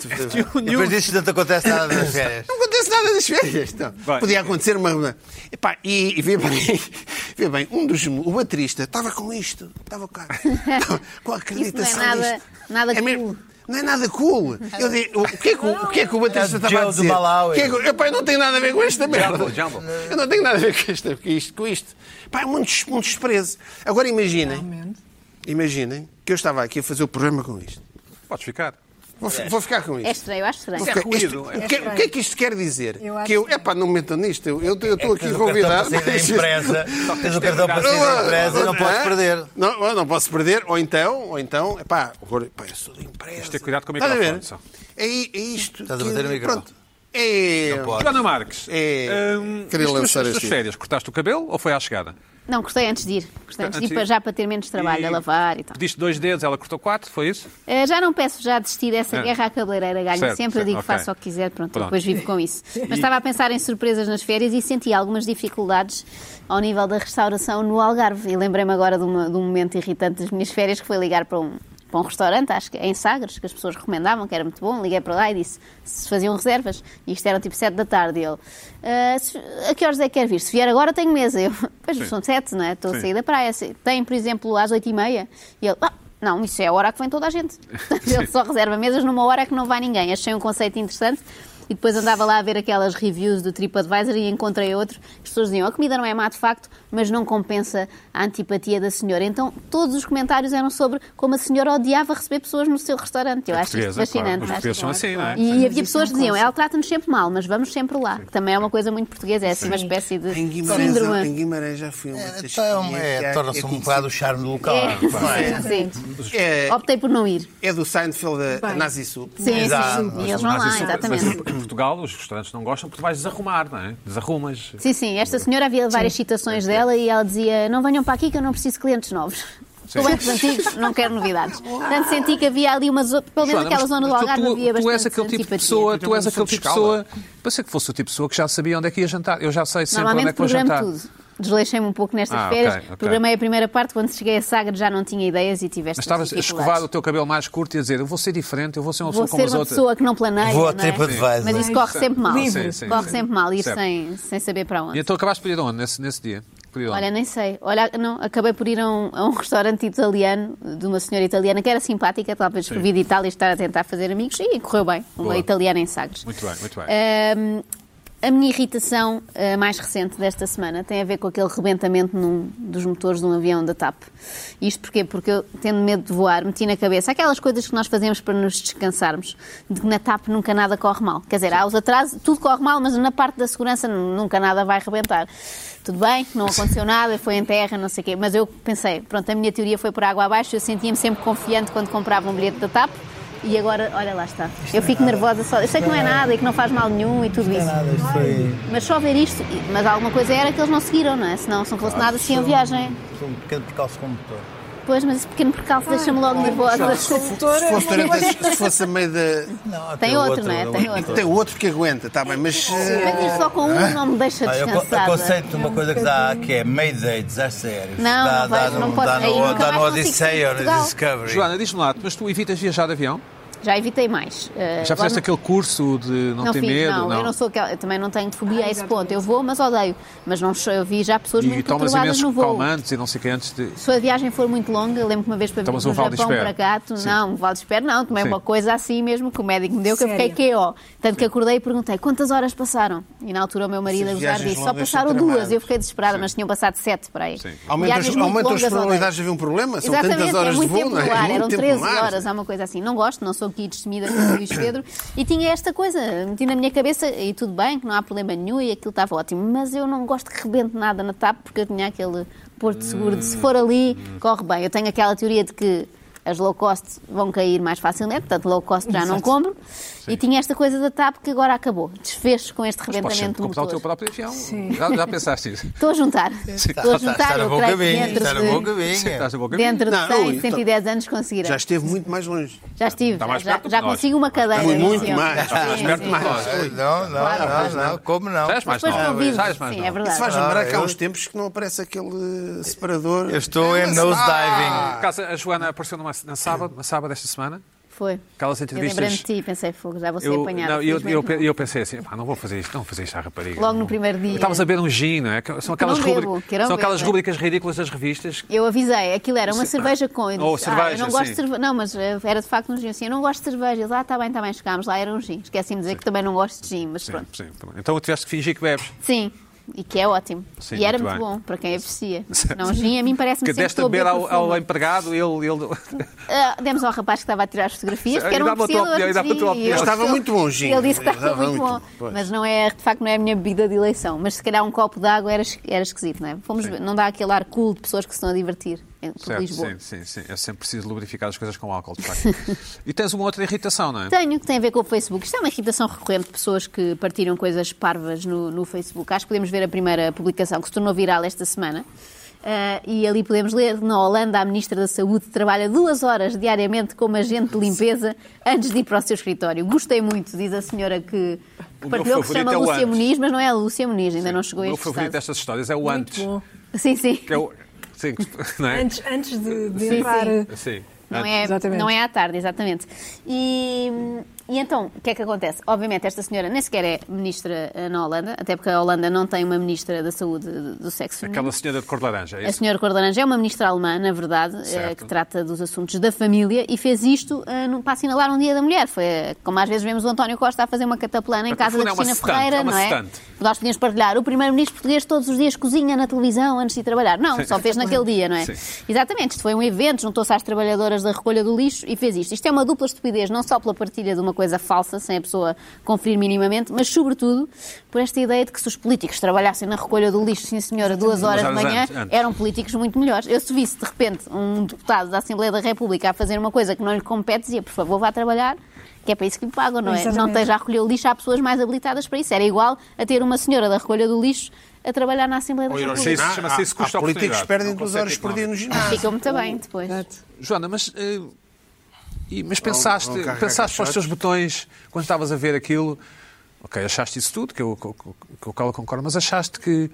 Speaker 3: Depois disso não te acontece nada nas férias.
Speaker 5: Não acontece nada nas férias. Não.
Speaker 1: Vai.
Speaker 5: Podia acontecer uma. Epá, e, e vê bem, vê bem, um dos. O baterista estava com isto, estava cá. Estava com a acreditação.
Speaker 2: Isso não é nada-
Speaker 5: disto.
Speaker 2: nada
Speaker 5: É mesmo-
Speaker 2: cool.
Speaker 5: Não é nada cool. Eu digo, o, que é que, o o que é que o baterista
Speaker 3: É o
Speaker 5: estava a
Speaker 3: Joe do
Speaker 5: dizer?
Speaker 3: Malawi.
Speaker 5: Que é que- epá, eu não tenho nada a ver com esta merda.
Speaker 1: Jumbo, jumbo.
Speaker 5: Eu não tenho nada a ver com, esta, com isto. Com isto. Pá, é um, des, um desprezo. Agora imaginem,
Speaker 4: Realmente.
Speaker 5: imaginem que eu estava aqui a fazer o programa com isto.
Speaker 1: Podes ficar.
Speaker 5: Vou, fi- vou ficar com isto.
Speaker 2: É estranho, eu acho estranho.
Speaker 1: É
Speaker 5: Porque isto-
Speaker 1: ruído, é
Speaker 5: o, que, o que é que isto quer dizer?
Speaker 4: Eu acho
Speaker 5: que eu,
Speaker 4: que-
Speaker 5: é pá, não me metam nisto, eu estou
Speaker 3: É que
Speaker 5: aqui
Speaker 3: tens o
Speaker 5: convidado.
Speaker 3: cartão para sair da empresa, tens o cartão para sair da empresa e não é? podes
Speaker 5: Hã?
Speaker 3: perder.
Speaker 5: é? Não, eu não posso perder, ou então, ou então, é pá, agora, pá, eu sou da empresa.
Speaker 1: Mas ter cuidado com o
Speaker 5: Estás a ver?
Speaker 1: microfone,
Speaker 5: É, i- é isto.
Speaker 3: Estás a
Speaker 5: que-
Speaker 3: bater no microfone.
Speaker 5: Pronto. É.
Speaker 3: Não pode.
Speaker 1: Joana Marques, hum,
Speaker 5: É, queria
Speaker 1: as tuas-
Speaker 5: lançar
Speaker 1: as tuas
Speaker 5: este-
Speaker 1: férias, cortaste o cabelo ou foi à chegada?
Speaker 5: é-
Speaker 2: Não, gostei antes de ir. Gostei antes de ir
Speaker 5: Ah,
Speaker 1: Antes-
Speaker 2: para já para ter menos trabalho, a lavar e
Speaker 4: Tá.
Speaker 2: tal.
Speaker 1: Pediste dois dedos, ela cortou quatro, foi isso?
Speaker 2: Eh, Já não peço já desistir dessa
Speaker 1: É.
Speaker 2: guerra à cabeleireira, ganho
Speaker 1: Certo,
Speaker 2: sempre,
Speaker 1: certo,
Speaker 2: digo
Speaker 1: ok.
Speaker 2: faço o que quiser, pronto,
Speaker 1: Pronto.
Speaker 2: eu depois vivo com isso. Mas estava a pensar em surpresas nas férias e senti algumas dificuldades ao nível da restauração no Algarve. E lembrei-me agora de, uma- de um momento irritante das minhas férias, que foi ligar para um, para um restaurante, acho que em Sagres, que as pessoas recomendavam, que era muito bom, liguei para lá e disse se faziam reservas. E isto era tipo 7 da tarde. E ele, "Ah, se- a que horas é que quer vir? Se vier agora tenho mesa. Eu, pois são 7, não é? Estou a
Speaker 1: Sim.
Speaker 2: sair da praia. Se- Tem, por exemplo, às 8h30. E ele, "Ah, não, isso é a hora que vem toda a gente. Ele só reserva mesas numa hora que não vai ninguém. Achei um conceito interessante. E depois andava lá a ver aquelas reviews do TripAdvisor e encontrei outro. As pessoas diziam, a comida não é má de facto, mas não compensa a antipatia da senhora. Então, todos os comentários eram sobre como a senhora odiava receber pessoas no seu restaurante. Eu acho isto
Speaker 1: portuguesa, claro. Os
Speaker 2: fascinante. não é?
Speaker 1: portugueses são assim, não é?
Speaker 2: E havia
Speaker 4: isso é um
Speaker 2: pessoas que diziam,
Speaker 4: clássico.
Speaker 2: ela trata-nos sempre mal, mas vamos sempre lá. Que também é uma coisa muito portuguesa, é assim uma espécie de
Speaker 5: Em Guimarães, em
Speaker 2: síndrome.
Speaker 5: Guimarães já fui a uma
Speaker 3: Então é um-
Speaker 5: tasquinha que
Speaker 3: é,
Speaker 5: há-
Speaker 3: torna-se um
Speaker 5: conhecido-
Speaker 3: bocado o charme do local.
Speaker 2: É,
Speaker 3: não é?
Speaker 2: sim, sim.
Speaker 5: é,
Speaker 2: Optei por não ir.
Speaker 5: é do Seinfeld a
Speaker 4: Bem.
Speaker 5: Nazi Soup.
Speaker 2: Sim,
Speaker 3: Exato.
Speaker 2: sim, sim. E eles vão lá,
Speaker 1: Mas isso-
Speaker 2: exatamente.
Speaker 1: mas assim, Em Portugal, os restaurantes não gostam porque tu vais desarrumar, não é? Desarrumas.
Speaker 2: Sim, sim. Esta senhora havia várias citações dela e ela dizia: Não venham para aqui que eu não preciso de clientes novos.
Speaker 1: Sim.
Speaker 2: Clientes antigos, não quero novidades. Portanto, senti que havia ali uma zona, pelo menos
Speaker 1: Joana, mas-
Speaker 2: aquela zona do
Speaker 1: mas tu-
Speaker 2: Algarve havia
Speaker 1: tu,
Speaker 2: bastante
Speaker 1: tu és aquele tipo de
Speaker 2: antipatia.
Speaker 1: pessoa, tu
Speaker 5: uma
Speaker 1: és
Speaker 5: noção
Speaker 1: aquele
Speaker 5: de
Speaker 1: tipo de
Speaker 5: escala.
Speaker 1: pessoa. Pensei que fosse o tipo de pessoa que já sabia onde é que ia jantar. Eu já sei sempre onde é
Speaker 2: Normalmente
Speaker 1: que vou jantar.
Speaker 2: programo tudo. Desleixei-me um pouco nestas
Speaker 1: Ah,
Speaker 2: férias.
Speaker 1: ok, ok.
Speaker 2: Programei a primeira parte, quando cheguei a Sagra já não tinha ideias e tiveste. assim
Speaker 1: Mas estavas a escovar o teu cabelo mais curto e a dizer eu vou ser diferente, eu vou ser uma
Speaker 2: Vou
Speaker 1: pessoa como
Speaker 2: ser
Speaker 1: as
Speaker 2: uma
Speaker 1: outras.
Speaker 2: pessoa que não planeia.
Speaker 3: Vou ao
Speaker 2: não é?
Speaker 3: TripAdvisor.
Speaker 2: Mas isso corre sempre mal.
Speaker 1: Sim,
Speaker 4: Livre.
Speaker 1: sim,
Speaker 2: corre
Speaker 1: sim.
Speaker 2: sempre mal, ir
Speaker 1: Certo.
Speaker 2: sem, sem saber para onde.
Speaker 1: E então acabaste por ir aonde nesse, nesse dia? por ir onde?
Speaker 2: Olha, nem sei. Olha, não, acabei por ir a um, a um restaurante italiano de uma senhora italiana que era simpática, talvez por vir de Itália estar a tentar fazer amigos e correu bem. Uma
Speaker 1: Boa.
Speaker 2: italiana em Sagres.
Speaker 1: Muito bem, muito bem.
Speaker 2: Ahm, a minha irritação ah, mais recente desta semana tem a ver com aquele rebentamento num, dos motores de um avião da TAP. Isto porquê? Porque eu, tendo medo de voar, meti na cabeça aquelas coisas que nós fazemos para nos descansarmos, de que na TAP nunca nada corre mal. Quer dizer, há os atrasos, tudo corre mal, mas na parte da segurança nu- nunca nada vai rebentar. Tudo bem, não aconteceu nada, foi em terra, não sei o quê. Mas eu pensei, pronto, a minha teoria foi por água abaixo, eu sentia-me sempre confiante quando comprava um bilhete da TAP. E agora, olha lá está. eu fico nervosa só. Eu sei que não é nada e que não faz mal nenhum e tudo isso.
Speaker 3: Nada, isto foi.
Speaker 2: Mas só ver isto, e- mas alguma coisa era que eles não seguiram, não é? Senão são
Speaker 3: Ah,
Speaker 2: relacionados assim a viagem.
Speaker 3: Foi um pequeno percalço com o motor.
Speaker 2: Pois, mas esse pequeno percalço deixa-me logo nervosa.
Speaker 5: Se fosse, durante- se fosse a meio da.
Speaker 3: Não,
Speaker 2: Tem
Speaker 3: até o
Speaker 2: outro, não é?
Speaker 3: o
Speaker 2: Tem outro.
Speaker 5: Tem outro que aguenta, está bem, mas. eh,
Speaker 2: Mas isto só com um não me deixa
Speaker 3: Ah, eu co- eu
Speaker 2: descansada.
Speaker 3: conceito de uma coisa que dá, que é Mayday, desastre aéreo.
Speaker 2: Não,
Speaker 3: dá,
Speaker 2: não
Speaker 3: dá,
Speaker 2: vais,
Speaker 3: no-
Speaker 2: não podes.
Speaker 3: dá
Speaker 2: Aí
Speaker 3: no,
Speaker 2: nunca
Speaker 3: dá
Speaker 2: mais
Speaker 3: no
Speaker 2: consigo sair de
Speaker 3: Odyssey ou
Speaker 2: Portugal.
Speaker 3: no Discovery.
Speaker 1: Joana, diz-me lá, mas tu evitas viajar de avião?
Speaker 2: Já evitei mais. Eh,
Speaker 1: Já fizeste
Speaker 2: agora-
Speaker 1: aquele curso de não,
Speaker 2: Não
Speaker 1: ter
Speaker 2: fiz,
Speaker 1: medo?
Speaker 2: não, eu não sou aquela, eu também não tenho fobia a esse ponto. Eu vou, mas odeio. Mas não sou- eu vi já pessoas
Speaker 1: E
Speaker 2: muito
Speaker 1: tomas
Speaker 2: perturbadas
Speaker 1: imensos
Speaker 2: no voo.
Speaker 1: calmantes e não sei o que antes de.
Speaker 2: Se a viagem for muito longa, eu lembro que uma vez para vir do
Speaker 1: Tomas um Valdespar.
Speaker 2: Japão para cá, tu,
Speaker 1: Sim.
Speaker 2: não, um Valdespar não, tomei
Speaker 1: Sim.
Speaker 2: uma coisa assim mesmo que o médico me deu, que eu
Speaker 4: Sério?
Speaker 2: fiquei QO. Tanto que acordei e perguntei quantas horas passaram. E na altura o meu marido a
Speaker 5: Essas
Speaker 2: gozar
Speaker 5: viagens
Speaker 2: disse, só
Speaker 5: longas são
Speaker 2: passaram duas.
Speaker 5: tramadas.
Speaker 2: Eu fiquei desesperada, mas tinham passado sete para aí.
Speaker 1: Sim.
Speaker 5: Aumenta as,
Speaker 2: Viagens muito
Speaker 5: aumenta as
Speaker 2: longas,
Speaker 5: probabilidades
Speaker 2: odeio.
Speaker 5: de haver um problema? São
Speaker 2: Exatamente,
Speaker 5: tantas horas
Speaker 2: é muito
Speaker 5: de voo,
Speaker 2: tempo
Speaker 5: não é?
Speaker 2: no ar,
Speaker 5: Muito
Speaker 2: eram
Speaker 5: tempo
Speaker 2: 13
Speaker 5: no ar.
Speaker 2: horas, há uma coisa assim. Não gosto, não sou aqui destemida como o Luís Pedro. E tinha esta coisa, meti na minha cabeça, e tudo bem, que não há problema nenhum, e aquilo estava ótimo. Mas eu não gosto que rebente nada na TAP, porque eu tinha aquele porto seguro de se for ali, corre bem. Eu tenho aquela teoria de que as low cost vão cair mais facilmente, portanto low cost já não compro. E tinha esta coisa da TAP que agora acabou. Desfez com este
Speaker 1: Mas podes sempre
Speaker 2: rebentamento do
Speaker 1: comprar o teu
Speaker 2: motor.
Speaker 1: próprio avião. Já, já pensaste nisso?
Speaker 2: Estou a juntar. Estou a
Speaker 3: Está- está-
Speaker 2: juntar,
Speaker 3: está Tá, no
Speaker 2: eu
Speaker 3: bom
Speaker 2: creio que
Speaker 3: caminho,
Speaker 2: dentro
Speaker 3: está no bom
Speaker 2: de...
Speaker 1: Sim, estás a
Speaker 3: caminho.
Speaker 1: bom caminho.
Speaker 2: Dentro de
Speaker 5: Não,
Speaker 2: 100,
Speaker 5: eu-
Speaker 2: 110 anos conseguirão.
Speaker 5: Já esteve muito mais longe.
Speaker 1: Ah,
Speaker 2: Já estive,
Speaker 1: Está Tá mais
Speaker 2: já,
Speaker 1: perto
Speaker 2: já
Speaker 1: de nós.
Speaker 2: consigo uma cadeira.
Speaker 5: Muito, muito
Speaker 2: sim,
Speaker 5: mais,
Speaker 2: sim,
Speaker 5: mais
Speaker 2: sim,
Speaker 5: perto de
Speaker 2: sim.
Speaker 5: nós.
Speaker 3: Não, não, não, não, como não?
Speaker 1: Sais mais
Speaker 2: Depois
Speaker 1: nova.
Speaker 2: convido.
Speaker 1: Sais mais
Speaker 2: Sim,
Speaker 1: nova.
Speaker 2: é verdade.
Speaker 5: Isso faz lembrar
Speaker 1: ah,
Speaker 5: que há
Speaker 3: eu-
Speaker 5: uns tempos que não aparece
Speaker 1: Eh,
Speaker 5: aquele separador.
Speaker 3: Eu estou em nose
Speaker 1: Por
Speaker 3: diving.
Speaker 1: acaso, a Joana apareceu numa, na sábado, na sábado desta semana,
Speaker 2: Foi.
Speaker 1: aquelas
Speaker 2: Eu lembrei-me de
Speaker 1: entrevistas.
Speaker 2: ti e pensei, fogo, já vou ser
Speaker 1: Eu,
Speaker 2: apanhada.
Speaker 1: não, eu, eu,
Speaker 2: felizmente
Speaker 1: eu pensei assim, "Pá, não vou fazer isto, não vou fazer isto à rapariga.
Speaker 2: Logo no
Speaker 1: Não.
Speaker 2: primeiro dia.
Speaker 1: Estavas a beber um gin, não é? Que São aquelas,
Speaker 2: não bebo,
Speaker 1: rubricas-
Speaker 2: que não
Speaker 1: são
Speaker 2: bebo,
Speaker 1: aquelas
Speaker 2: é.
Speaker 1: rubricas ridículas das revistas.
Speaker 2: Eu avisei, aquilo era uma cerveja com. Eu
Speaker 1: Ou
Speaker 2: disse,
Speaker 1: Oh, cerveja,
Speaker 2: ah, eu não gosto
Speaker 1: sim.
Speaker 2: de cerveja. Não, mas eh, era de facto um gin. Assim, eu não gosto de cerveja. Eles, ah, está bem, está bem, chegámos lá, era um gin. Esqueci-me de dizer que também não gosto de gin, mas
Speaker 1: Sim,
Speaker 2: pronto.
Speaker 1: sim, também. então tiveste que fingir que bebes.
Speaker 2: Sim, e que é ótimo.
Speaker 1: Sim,
Speaker 2: e era
Speaker 1: muito
Speaker 2: muito,
Speaker 1: bem.
Speaker 2: bom, para quem aprecia. Não, gin a mim parece-me
Speaker 1: Que
Speaker 2: sempre
Speaker 1: deste
Speaker 2: que
Speaker 1: a
Speaker 2: estou
Speaker 1: beber ao,
Speaker 2: beber
Speaker 1: ao
Speaker 2: perfume.
Speaker 1: empregado, ele. é ele...
Speaker 2: Ah, demos ao rapaz que estava a tirar as fotografias, porque
Speaker 1: E
Speaker 2: era um
Speaker 1: dá-me a tua
Speaker 2: apreciador
Speaker 1: opinião, e dá-me a tua
Speaker 2: de
Speaker 1: opinião.
Speaker 2: vinho.
Speaker 5: Estava
Speaker 2: Eu-
Speaker 5: muito bom, Gino.
Speaker 2: Ele disse que estava
Speaker 5: Estava
Speaker 2: muito
Speaker 5: muito
Speaker 2: bom,
Speaker 5: bom, pois.
Speaker 2: mas não é, de facto, não é a minha bebida de eleição. Mas se calhar um copo de água era, es- era esquisito, não é? Fomos ver- não dá aquele ar cool de pessoas que se estão a divertir em, por
Speaker 1: Certo,
Speaker 2: Lisboa.
Speaker 1: sim, sim, sim. Eu sempre preciso lubrificar as coisas com álcool, de facto. e tens uma outra irritação, não é?
Speaker 2: Tenho, que tem a ver com o Facebook. Isto é uma irritação recorrente de pessoas que partilham coisas parvas no, no Facebook. Acho que podemos ver a primeira publicação que se tornou viral esta semana. Ah, e ali podemos ler, na Holanda, a Ministra da Saúde trabalha duas horas diariamente como agente de limpeza antes de ir para o seu escritório. Gostei muito, diz a senhora que, que
Speaker 1: O meu
Speaker 2: partilhou, que se
Speaker 1: favorito
Speaker 2: chama
Speaker 1: é o
Speaker 2: Lúcia
Speaker 1: antes.
Speaker 2: Muniz, mas não é a Lúcia Muniz, ainda não
Speaker 1: o
Speaker 2: chegou a
Speaker 1: meu
Speaker 2: este
Speaker 1: favorito
Speaker 2: estado.
Speaker 1: destas histórias é o antes.
Speaker 4: Bom.
Speaker 2: Sim, sim.
Speaker 1: Que é o... Sim, que- não é?
Speaker 4: Antes, antes de, de
Speaker 2: Sim,
Speaker 4: entrar. eh,
Speaker 2: sim.
Speaker 1: Sim.
Speaker 2: Não
Speaker 1: Antes.
Speaker 2: é,
Speaker 4: Exatamente.
Speaker 2: não é à tarde, exatamente. E, e então, o que é que acontece? Obviamente, esta senhora nem sequer é ministra eh, na Holanda, até porque a Holanda não tem uma ministra da saúde do sexo feminino.
Speaker 1: Aquela senhora de cor de laranja, é
Speaker 2: A
Speaker 1: isso?
Speaker 2: senhora Cor de Laranja é uma ministra alemã, na verdade, eh,
Speaker 1: Certo.
Speaker 2: que trata dos assuntos da família e fez isto eh, num- para assinalar um Dia da Mulher. Foi eh, como às vezes vemos o António Costa a fazer uma cataplana em
Speaker 1: Portanto,
Speaker 2: casa
Speaker 1: no
Speaker 2: da
Speaker 1: fundo é uma
Speaker 2: Cristina
Speaker 1: sedante,
Speaker 2: Ferreira,
Speaker 1: é uma
Speaker 2: não é?
Speaker 1: sedante.
Speaker 2: Nós podíamos partilhar. O primeiro-ministro português todos os dias cozinha na televisão antes de ir trabalhar. Não, só fez naquele dia, não é?
Speaker 1: Sim.
Speaker 2: Exatamente. Isto foi um evento, juntou-se às trabalhadoras da recolha do lixo e fez isto. Isto é uma dupla estupidez, não só pela partilha de uma coisa falsa, sem a pessoa conferir minimamente, mas sobretudo por esta ideia de que se os políticos trabalhassem na recolha do lixo, sim senhora, duas horas de
Speaker 1: horas
Speaker 2: manhã,
Speaker 1: antes, antes.
Speaker 2: eram políticos muito melhores. Eu se visse, de repente, um deputado da Assembleia da República a fazer uma coisa que não lhe compete, dizia, por favor, vá trabalhar, que é para isso que lhe pagam, não é?
Speaker 4: Exatamente.
Speaker 2: Não esteja a recolher o lixo, há pessoas mais habilitadas para isso. Era igual a ter uma senhora da recolha do lixo a trabalhar na Assembleia da
Speaker 5: Ou ir ao
Speaker 2: República.
Speaker 1: Sim, isso
Speaker 5: ginásio.
Speaker 1: chama-se isso
Speaker 5: Há-
Speaker 1: custa
Speaker 5: há políticos
Speaker 1: oportunidade.
Speaker 5: que perdem
Speaker 1: é Não
Speaker 5: duas
Speaker 1: consegue
Speaker 5: horas por dia no ginásio.
Speaker 2: Ficam muito bem depois.
Speaker 1: Joana, mas. eh, e- mas pensaste,
Speaker 5: vão carregar
Speaker 1: pensaste para os teus botões quando estavas a ver aquilo? Ok, achaste isso tudo, que eu, que, eu- que eu calo concordo, mas achaste que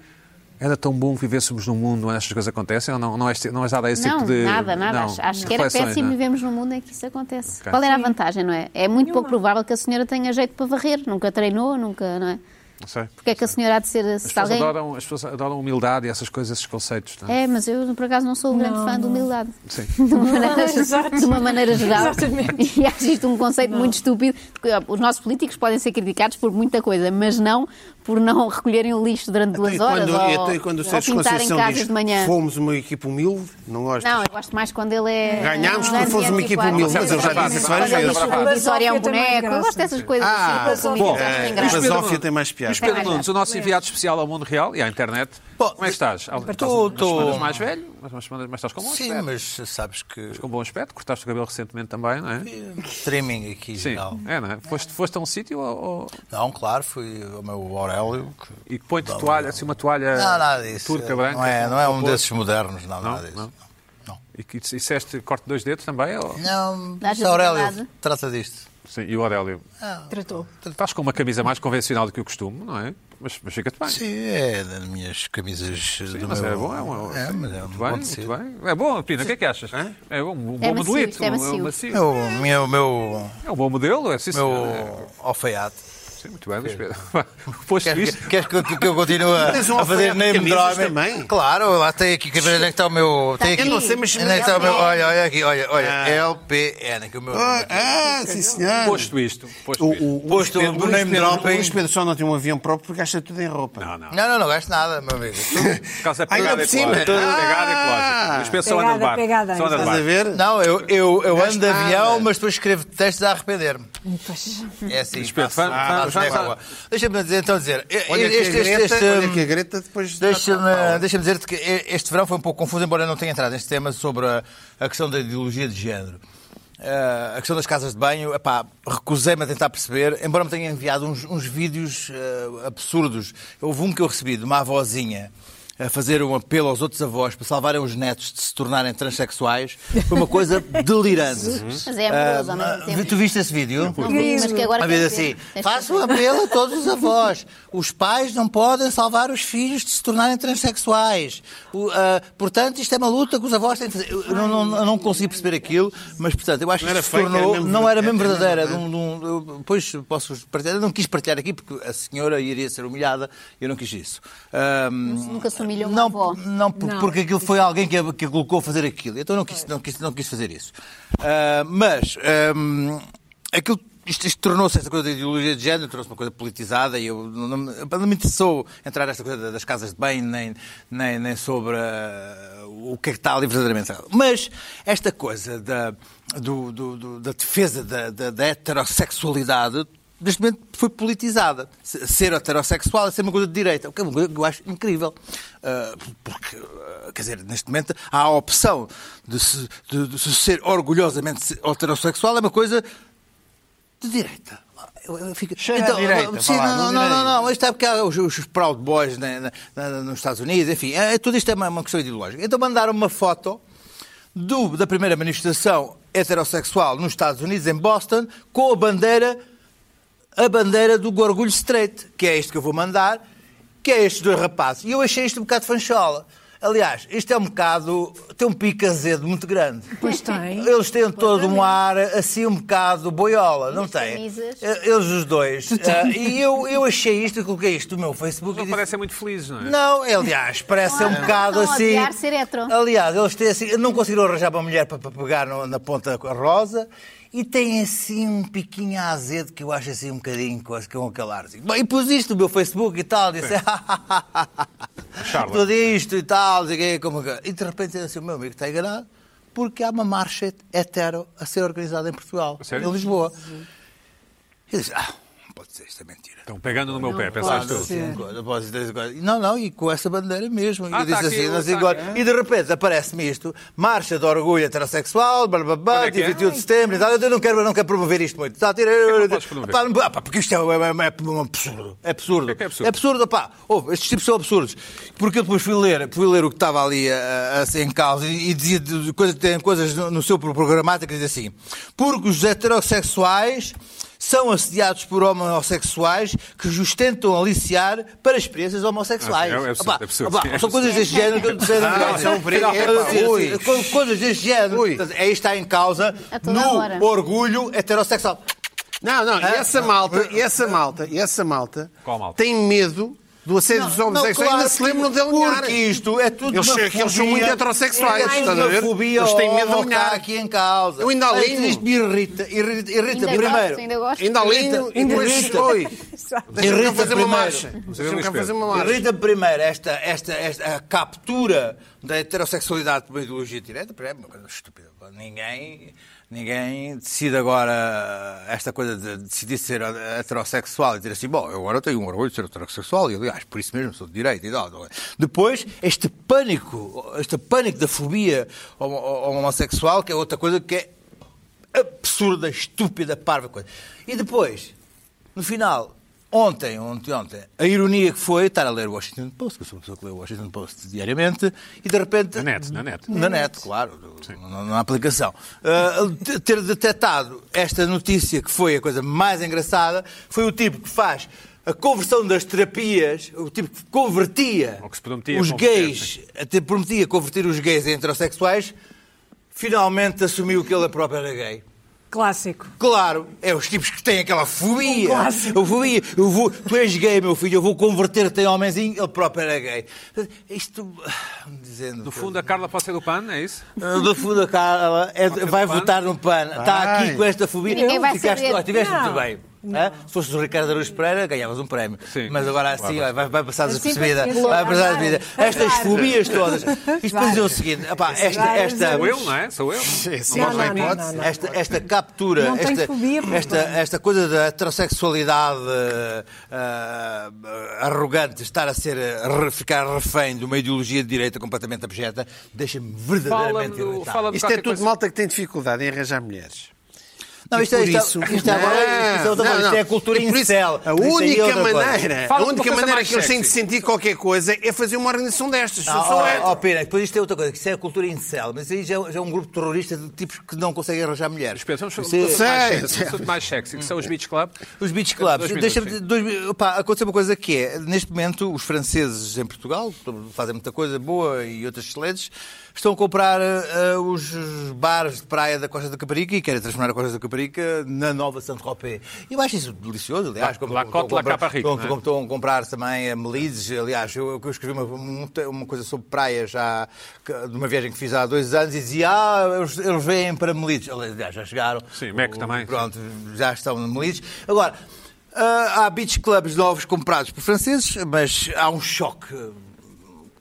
Speaker 1: era tão bom que vivêssemos num mundo onde estas coisas acontecem? Ou não, não, és, não és dada a esse
Speaker 2: Não,
Speaker 1: tipo de.
Speaker 2: nada, nada.
Speaker 1: não,
Speaker 2: acho acho que era
Speaker 1: reflexões,
Speaker 2: péssimo
Speaker 1: não é?
Speaker 2: vivemos num mundo em que isso acontece.
Speaker 1: Ok.
Speaker 2: Qual era a vantagem, não é? É muito pouco provável que a senhora tenha jeito para varrer. Nunca treinou, nunca, não é?
Speaker 1: Não sei.
Speaker 2: Porque é que a senhora há de ser.
Speaker 1: As
Speaker 2: Se
Speaker 1: pessoas,
Speaker 2: alguém...
Speaker 1: adoram, as pessoas adoram humildade e essas coisas, esses conceitos. Não? é?
Speaker 2: É, mas eu por acaso não sou um grande fã de humildade.
Speaker 1: Sim.
Speaker 2: De uma maneira,
Speaker 4: exato.
Speaker 2: de uma maneira geral.
Speaker 4: Exatamente.
Speaker 2: E acho isto um conceito muito estúpido. porque, ó, Os nossos políticos podem ser criticados por muita coisa, mas não por não recolherem o lixo durante duas
Speaker 5: Então, e
Speaker 2: horas.
Speaker 5: quando,
Speaker 2: ou,
Speaker 5: e quando o
Speaker 2: ou
Speaker 5: Sérgio
Speaker 2: pintarem
Speaker 5: Conceição
Speaker 2: casas
Speaker 5: diz
Speaker 2: de manhã.
Speaker 5: fomos uma equipa humilde, não gosto.
Speaker 2: Não, eu gosto mais quando ele é.
Speaker 5: Ganhámos porque fomos uma equipa
Speaker 2: anti-antiquário.
Speaker 5: humilde,
Speaker 1: mas eu já disse isso várias
Speaker 2: é Quando ele
Speaker 1: vezes.
Speaker 2: diz que o Vitória é um
Speaker 4: Basófia também
Speaker 2: boneco.
Speaker 4: graça.
Speaker 2: Eu gosto dessas coisas.
Speaker 5: Ah,
Speaker 2: assim,
Speaker 5: bom.
Speaker 2: humildes, acho
Speaker 5: É,
Speaker 2: bem graça.
Speaker 5: mas
Speaker 1: eh, Pedro
Speaker 5: Zófia
Speaker 1: Nunes-
Speaker 5: tem mais piada.
Speaker 1: Luís Pedro
Speaker 2: É. Tem mais
Speaker 1: Nunes, o nosso enviado especial ao mundo real e à internet.
Speaker 3: Bom,
Speaker 1: Como é que estás? Há- Estás
Speaker 3: tô-
Speaker 1: umas
Speaker 3: tô-
Speaker 1: semanas mais velho, mas umas semanas, mas estás com bom
Speaker 3: Sim,
Speaker 1: aspecto.
Speaker 3: mas sabes que
Speaker 1: Com bom aspecto, cortaste o cabelo recentemente também, não é?
Speaker 3: streaming aqui
Speaker 1: Sim,
Speaker 3: geral.
Speaker 1: é, não é? Foste, foste a um sítio ou- ou-
Speaker 3: Não, claro, fui ao meu Aurélio. que-
Speaker 1: e põe-te toalha, assim uma toalha
Speaker 3: Não, nada disso.
Speaker 1: turca branca.
Speaker 3: Não é, não é
Speaker 1: com
Speaker 3: um
Speaker 1: cor.
Speaker 3: desses modernos, não, nada disso.
Speaker 1: não?
Speaker 3: Não, não.
Speaker 1: E que disseste corte dois dedos também? Ou...
Speaker 3: Não,
Speaker 2: Dá-lhe
Speaker 3: Sr. Aurélio,
Speaker 2: liberdade.
Speaker 3: trata disto.
Speaker 1: Sim, e o Aurélio?
Speaker 4: Tratou.
Speaker 1: Estás com uma camisa mais convencional do que o costume, não é? Mas, mas fica-te bem.
Speaker 3: Sim, é das minhas camisas. do
Speaker 1: Mas
Speaker 3: meu...
Speaker 1: é bom, é uma.
Speaker 3: É,
Speaker 1: sim,
Speaker 3: mas é um
Speaker 1: muito
Speaker 3: bom
Speaker 1: bem,
Speaker 3: tecido.
Speaker 1: muito bem. É bom, Pina, o que é que achas? É bom, um bom
Speaker 2: É macio,
Speaker 1: modelito,
Speaker 2: é
Speaker 1: um- um
Speaker 2: macio.
Speaker 1: macio.
Speaker 3: Meu, meu, meu,
Speaker 1: É um bom modelo, é sim, senhora.
Speaker 3: meu alfaiate.
Speaker 1: Sim, muito bem, Luís Pedro. Posto
Speaker 3: Queres
Speaker 1: isto,
Speaker 3: que, queres que eu- que eu continue a,
Speaker 5: Tens um
Speaker 3: a fazer
Speaker 5: alfaiate de
Speaker 3: name
Speaker 5: camisas
Speaker 3: dropping?
Speaker 5: também?
Speaker 3: Claro, lá tem aqui. Quer ver onde é que está o meu. Tem
Speaker 2: Tá aqui.
Speaker 3: aqui.
Speaker 2: Eu não sei,
Speaker 5: mas-
Speaker 3: Onde é que está o meu. Olha, olha aqui, olha, olha.
Speaker 1: Ah.
Speaker 3: LPN, que o meu. nome
Speaker 5: Ah,
Speaker 1: é.
Speaker 3: aqui.
Speaker 5: ah, sim, senhor.
Speaker 1: posto isto, posto
Speaker 5: O,
Speaker 1: isto.
Speaker 5: o, o, Luís
Speaker 3: Posto
Speaker 5: Pedro-
Speaker 3: do
Speaker 5: o Luís
Speaker 3: name
Speaker 5: Pedro-
Speaker 3: dropping.
Speaker 5: o Luís Pedro só não tem um avião próprio porque gasta tudo em roupa.
Speaker 1: Não, não.
Speaker 3: Não, não, não gasto nada, meu amigo.
Speaker 1: Por causa da
Speaker 5: Ai,
Speaker 1: pegada
Speaker 5: não, por cima.
Speaker 1: ecológica.
Speaker 5: Ah!
Speaker 1: Pegada ecológica. Luís Pedro só
Speaker 4: Pegada,
Speaker 1: anda de barco.
Speaker 4: pegada.
Speaker 1: Só anda de
Speaker 5: Estás a
Speaker 1: barco.
Speaker 5: ver?
Speaker 3: Não, eu, eu, eu ando de
Speaker 5: Gasto
Speaker 3: avião,
Speaker 5: nada.
Speaker 3: mas depois escrevo textos a arrepender-me.
Speaker 4: Pois.
Speaker 3: É assim.
Speaker 1: Pedro, vamos-
Speaker 3: faço-
Speaker 1: vamos- vamos-
Speaker 3: faço negócio. Deixa-me dizer- então dizer.
Speaker 5: Olha que a
Speaker 3: este- este-
Speaker 5: Greta-
Speaker 3: este-
Speaker 5: olha que a Greta Então, depois...
Speaker 3: Deixa-me deixa dizer-te que este verão foi um pouco confuso, embora eu não tenha entrado neste tema sobre a, a questão da ideologia de género. Eh, a questão das casas de banho, epá, recusei-me a tentar perceber, embora me tenha enviado uns, uns vídeos eh, absurdos. Houve um que eu recebi de uma avózinha a fazer um apelo aos outros avós para salvarem os netos de se tornarem transexuais. Foi uma coisa delirante.
Speaker 2: Mas é amoroso ao mesmo
Speaker 3: Ah,
Speaker 2: tempo.
Speaker 3: tu viste esse vídeo?
Speaker 2: Não vi, mas que agora
Speaker 3: Uma vez
Speaker 2: quero ver.
Speaker 3: assim,
Speaker 2: Tens
Speaker 3: faço um apelo a todos os avós. Os pais não podem salvar os filhos de se tornarem transexuais. O, ah, portanto, isto é uma luta que os avós têm de fazer. Eu não, não, eu não consegui perceber aquilo, mas, portanto, eu acho
Speaker 5: Não
Speaker 3: que
Speaker 5: era
Speaker 3: se
Speaker 5: fake, era
Speaker 3: tornou...
Speaker 5: mesmo
Speaker 3: não era mesmo
Speaker 5: verdadeira,
Speaker 3: verdadeira. de um- de um- eu- Depois posso partilhar. Eu não quis partilhar aqui porque a senhora iria ser humilhada. Eu não quis isso. Ah,
Speaker 2: Nunca se humilhou uma
Speaker 3: não,
Speaker 2: avó.
Speaker 3: não, por-
Speaker 4: Não.
Speaker 3: porque aquilo foi alguém que a, que a colocou a fazer aquilo. Então eu não quis, não quis, não quis fazer isso. Ah, mas ahm, aquilo, isto, isto tornou-se essa coisa da ideologia de género, tornou-se uma coisa politizada e eu não, não- não me interessou entrar nesta coisa das casas de bem, nem, nem, nem sobre ah, o que é que está ali verdadeiramente. Mas esta coisa da, do- do- do- da defesa da, da- da heterossexualidade. Neste momento foi politizada. Se- Ser heterossexual é ser uma coisa de direita, o que é uma coisa que eu acho incrível. Ah, porque, ah, quer dizer, neste momento há a opção de se, de- de se ser orgulhosamente heterossexual é uma coisa de direita. Eu- eu fico- Chega à direita, sim, vá lá, não, não, de não, não, direita. não, isto é porque há os, os Proud Boys né, na- na- nos Estados Unidos, enfim, é, tudo isto é uma, uma questão ideológica. Então mandaram uma foto do- da primeira manifestação heterossexual nos Estados Unidos, em Boston, com a bandeira, a bandeira do Gorgulho Straight, que é isto que eu vou mandar, que é estes dois rapazes. E eu achei isto um bocado fanchola. Aliás, isto é um bocado. tem um pico azedo muito grande.
Speaker 4: Pois tá, tem.
Speaker 3: Eles têm todo um ar assim um bocado boiola, não
Speaker 2: as
Speaker 3: têm? Eh,
Speaker 2: camisas?
Speaker 3: Eles os dois. Ah, e eu, eu achei isto, eu coloquei isto no meu Facebook e
Speaker 1: Não
Speaker 3: disse,
Speaker 1: parecem muito felizes, não é?
Speaker 3: não, aliás, parece
Speaker 2: Não,
Speaker 3: um
Speaker 2: não
Speaker 3: bocado
Speaker 2: estão a
Speaker 3: assim.
Speaker 2: odiar ser hetero.
Speaker 3: Aliás, eles têm assim. Não conseguiram arranjar uma mulher para, para pegar no- na ponta rosa e têm assim um piquinho azedo que eu acho assim um bocadinho quase com aquele ar. assim. Bom, E pus isto no meu Facebook e tal, disse. "Ah,
Speaker 1: Charla.
Speaker 3: Tudo isto e tal, não sei o quê, como que. E de repente assim, o meu amigo está enganado porque há uma marcha hetero a ser organizada em Portugal,
Speaker 1: Sério?
Speaker 3: em Lisboa. E eu disse, ah, não pode ser, isto é mentira.
Speaker 1: Estão pegando no meu pé,
Speaker 3: Claro,
Speaker 1: pensaste tu.
Speaker 3: sim, agora, após três agora. Não, não, e com essa bandeira mesmo. E
Speaker 1: Ah,
Speaker 3: eu disse
Speaker 1: tá aqui,
Speaker 3: assim, não sei
Speaker 1: tá
Speaker 3: agora.
Speaker 1: aqui.
Speaker 3: E de repente aparece-me isto: marcha de orgulho heterossexual, blá blá blá,
Speaker 1: Onde é que é?
Speaker 3: 21 de setembro e tal. Eu não quero, eu não quero promover isto muito. Tá, tira,
Speaker 1: não podes promover?
Speaker 3: Pá, não- ah, pá, porque isto é, é- é um absurdo. É absurdo.
Speaker 1: é que é absurdo?
Speaker 3: pá. Ouve, estes tipos são absurdos. Porque eu depois fui ler, fui ler o que estava ali a, a, a- em causa e, e dizia de- de coisas, tem coisas no, no seu programático que diz assim: porque os heterossexuais são assediados por homossexuais que os tentam aliciar para experiências homossexuais.
Speaker 1: Ah, é absurdo,
Speaker 3: Opá,
Speaker 1: é absurdo, é
Speaker 3: opá,
Speaker 1: sim, é
Speaker 3: são coisas deste género que eu não sei.
Speaker 5: Ah,
Speaker 3: não sei.
Speaker 1: um
Speaker 5: são brigas,
Speaker 3: Eu
Speaker 5: epá,
Speaker 3: dizia assim,
Speaker 5: ui.
Speaker 3: co- Coisas deste género.
Speaker 5: Ui.
Speaker 3: Portanto, É isto que está em causa
Speaker 2: A toda hora.
Speaker 3: no orgulho heterossexual.
Speaker 5: Não, não, e essa malta, e essa malta, e essa malta,
Speaker 1: Qual malta?
Speaker 5: tem medo do assédio dos homossexuais, ainda se lembram de alinhar.
Speaker 3: Porque isto é tudo
Speaker 5: Eles-
Speaker 3: uma
Speaker 5: eles são
Speaker 3: fobia-
Speaker 5: muito heterossexuais,
Speaker 3: é mais
Speaker 5: estás a
Speaker 3: uma
Speaker 5: ver?
Speaker 3: fobia
Speaker 5: Eles têm medo de
Speaker 3: ao que
Speaker 5: alinhar.
Speaker 3: está aqui em causa.
Speaker 5: Eu ainda
Speaker 3: Mas
Speaker 5: alinho.
Speaker 3: Isto me irrita, irrita, irrita
Speaker 2: Ainda
Speaker 3: primeiro.
Speaker 2: gosto, ainda gosto.
Speaker 5: Ainda alinho
Speaker 3: Irrita,
Speaker 5: e depois
Speaker 3: irrita.
Speaker 5: foi. Deixa-me cá
Speaker 3: Irrita
Speaker 5: fazer uma
Speaker 3: primeiro.
Speaker 5: marcha.
Speaker 1: sei o que
Speaker 5: Deixa-me cá
Speaker 1: espero.
Speaker 5: fazer uma marcha.
Speaker 3: Irrita primeiro esta, esta, esta a captura da heterossexualidade por ideologia direta, porque é uma coisa estúpida. Ninguém, ninguém decide agora esta coisa de decidir ser heterossexual e dizer assim, bom, eu agora tenho um orgulho de ser heterossexual e aliás, por isso mesmo sou de direita e tal. não é? Depois, este pânico, este pânico da fobia homo- homossexual, que é outra coisa que é absurda, estúpida, parva coisa. E depois, no final, ontem, ontem, ontem, a ironia que foi é estar a ler o Washington Post, que eu sou uma pessoa que lê o Washington Post diariamente, e de repente...
Speaker 1: Na net, na net.
Speaker 3: Na net, claro, na, na- na aplicação. Ah, de- ter detectado esta notícia, que foi a coisa mais engraçada, foi o tipo que faz a conversão das terapias, o tipo que convertia
Speaker 1: Ou que se prometia
Speaker 3: os
Speaker 1: converter,
Speaker 3: gays, até prometia converter os gays em heterossexuais, finalmente assumiu que ele próprio era gay.
Speaker 4: Clássico.
Speaker 3: Claro, é os tipos que têm aquela fobia.
Speaker 4: Um clássico.
Speaker 3: eu fobia. Eu vou, tu és gay, meu filho, eu vou converter-te em homenzinho. Ele próprio era gay. Isto, ah, dizendo...
Speaker 1: No fundo, a Carla pode ser do PAN, é isso?
Speaker 3: Ah, Do fundo a Carla é-
Speaker 1: Pode ser do
Speaker 3: vai
Speaker 1: PAN?
Speaker 3: votar no PAN. Está aqui com esta fobia.
Speaker 2: Ninguém vai
Speaker 3: Ficaste,
Speaker 2: saber.
Speaker 3: ó, tiveste
Speaker 4: Não.
Speaker 3: muito bem. Hã? Se fosses o Ricardo Aruz Pereira, ganhavas um prémio.
Speaker 1: Sim.
Speaker 3: Mas agora assim, ó, vai, vai passar
Speaker 4: Mas sempre
Speaker 3: despercebida.
Speaker 4: assim,
Speaker 3: Vai passar
Speaker 4: claro.
Speaker 3: despercebida. Estas
Speaker 4: Claro.
Speaker 3: fobias todas. Isto para dizer o seguinte: epá, esta, esta,
Speaker 1: Sou eu, não é? Sou eu.
Speaker 5: Sim,
Speaker 4: Não,
Speaker 5: mas
Speaker 4: não,
Speaker 5: vai
Speaker 4: não,
Speaker 5: hipótese.
Speaker 4: não, não.
Speaker 3: esta, esta captura,
Speaker 4: Não tem
Speaker 3: esta,
Speaker 4: fobia, por
Speaker 3: esta,
Speaker 4: favor.
Speaker 3: esta coisa da heterossexualidade eh, ah, arrogante estar a ser eh, re- ficar refém de uma ideologia de direita completamente abjeta, deixa-me verdadeiramente
Speaker 1: Fala-me do-
Speaker 3: irritado.
Speaker 1: fala-me-
Speaker 5: Isto é tudo malta que tem dificuldade em arranjar mulheres.
Speaker 3: Não, isto, é-
Speaker 5: Por
Speaker 3: isto, é-
Speaker 5: isso-
Speaker 3: isto é agora- isto é outra coisa,
Speaker 5: Não,
Speaker 3: isto é a
Speaker 5: não.
Speaker 3: cultura
Speaker 5: E por isso,
Speaker 3: incel.
Speaker 5: A
Speaker 3: Isto aí é
Speaker 5: única
Speaker 3: outra coisa.
Speaker 5: maneira, a
Speaker 1: Fala de uma
Speaker 5: única
Speaker 1: coisa
Speaker 5: maneira
Speaker 1: mais
Speaker 5: que eles têm de
Speaker 1: sexy.
Speaker 5: sentir qualquer coisa é fazer uma organização destas.
Speaker 3: Ah,
Speaker 5: Eu sou
Speaker 3: ah,
Speaker 5: hétero.
Speaker 3: ah, pena, depois isto é outra coisa, que isto é a cultura incel, mas aí já, já é um grupo terrorista de tipos que não conseguem arranjar mulheres.
Speaker 1: Espera, vamos falar
Speaker 3: Isso é-
Speaker 1: de mais
Speaker 5: Sei,
Speaker 1: sexy,
Speaker 5: sei.
Speaker 1: de tudo mais sexy, que são os Beach Club.
Speaker 3: Os
Speaker 1: Dois
Speaker 3: beach clubs.
Speaker 1: minutos,
Speaker 3: Deixa-me.
Speaker 1: sim.
Speaker 3: dois mi- opá, Aconteceu uma coisa que é: neste momento, os franceses em Portugal fazem muita coisa boa e outras excelentes. Estão a comprar ah, ah, os bares de praia da Costa da Caparica e querem transformar a Costa da Caparica na nova Saint-Tropez. E eu acho isso delicioso, aliás.
Speaker 1: La- La Côte, La
Speaker 3: comprar-
Speaker 1: Caparica,
Speaker 3: estão-
Speaker 1: não é?
Speaker 3: estão- estão a comprar também a Melides. Aliás, eu, eu escrevi uma, uma- uma coisa sobre praia já, que- de uma viagem que fiz há dois anos e dizia: Ah, eles, eles vêm para Melides. Aliás, já chegaram.
Speaker 1: Sim, Meco também.
Speaker 3: Pronto, já estão demolidos. Agora, ah, há beach clubs novos comprados por franceses, mas há um choque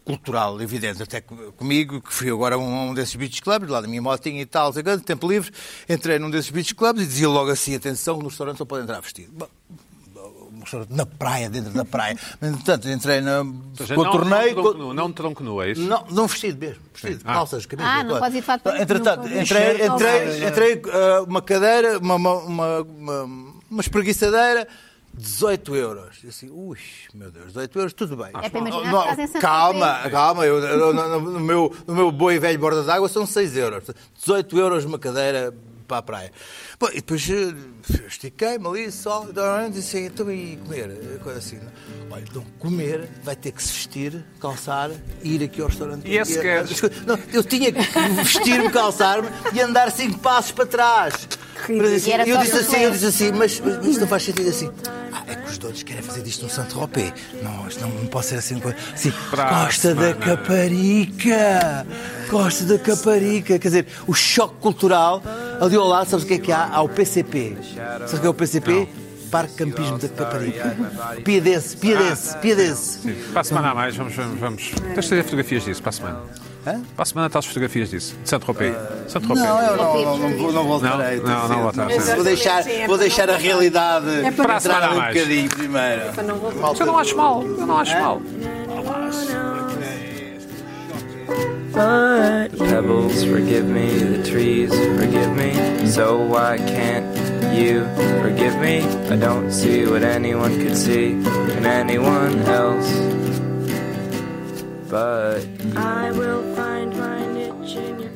Speaker 3: cultural evidente até co- comigo, que fui agora a um, um desses beach clubs, lá da minha motinha e tal, sei lá, de tempo livre, entrei num desses beach clubs e dizia logo assim, atenção, no restaurante só pode entrar vestido. Bom, um restaurante na praia, dentro da praia. Entretanto, entrei na...
Speaker 1: Ou seja, não- Não,
Speaker 3: contornei... co-
Speaker 1: tronco nu, não tronco nu, é isso?
Speaker 3: não, não vestido mesmo. Vestido,
Speaker 1: Ah.
Speaker 3: calças, camisa.
Speaker 2: Ah, não
Speaker 3: claro.
Speaker 2: pode ir de fato para-
Speaker 3: Entretanto,
Speaker 2: não pode ir.
Speaker 3: entrei,
Speaker 4: Não
Speaker 3: entrei, entrei ah, uma cadeira, uma, uma, uma, uma, uma espreguiçadeira. 18 euros. Eu assim, ui, meu Deus, 18 euros, tudo bem.
Speaker 2: É para imaginar
Speaker 3: Não,
Speaker 2: que estás em São
Speaker 3: calma,
Speaker 2: Paulo.
Speaker 3: Ah, calma, eu, eu- no, no- no meu, no meu boi velho borda d'água são 6 euros. 18 euros uma cadeira para a praia. Bom, e depois eh, estiquei-me ali, só, e disse assim, então e comer? Coisa assim, não? Olha, então comer vai ter que se vestir, calçar e ir aqui ao restaurante.
Speaker 1: E esse que é-
Speaker 3: Não, eu tinha que vestir-me, calçar-me e andar cinco passos para trás.
Speaker 4: ridículo.
Speaker 3: Mas assim,
Speaker 2: E era
Speaker 3: eu
Speaker 2: só
Speaker 3: disse assim,
Speaker 2: reflexo.
Speaker 3: eu disse assim, mas, mas mas isto não faz sentido assim. Ah, é que os donos querem fazer disto no Saint-Tropez. Não, isto não, não pode ser assim. uma coisa- Assim,
Speaker 1: Para a
Speaker 3: Costa da Caparica! Costa da Caparica! Quer dizer, o choque cultural. Ali ao lado, sabes o que é que há? Há o PCP. Sabes o que é o PCP? Parque Campismo da Caparica. Piedense,
Speaker 1: Ah,
Speaker 3: piedense, piedense.
Speaker 1: Para a semana há mais, vamos. vamos, vamos. Tens de fazer fotografias disso, para a semana.
Speaker 3: Hã?
Speaker 1: Para a semana estás fotografias disso, de Saint-Tropez.
Speaker 5: Ah.
Speaker 1: Saint-Tropez.
Speaker 3: Não,
Speaker 5: é
Speaker 3: eu não, não, não, vou- não voltarei.
Speaker 1: Não, não, não voltarei.
Speaker 5: assim.
Speaker 3: Vou deixar, vou deixar a realidade
Speaker 1: para a semana
Speaker 3: entrar
Speaker 1: a
Speaker 3: um
Speaker 1: mais.
Speaker 3: bocadinho primeiro.
Speaker 1: Mas eu não acho mal, eu não acho mal.
Speaker 6: But pebbles forgive me, the trees forgive me. So why can't you forgive me? I don't see what anyone could see in anyone else. But I will find my niche in your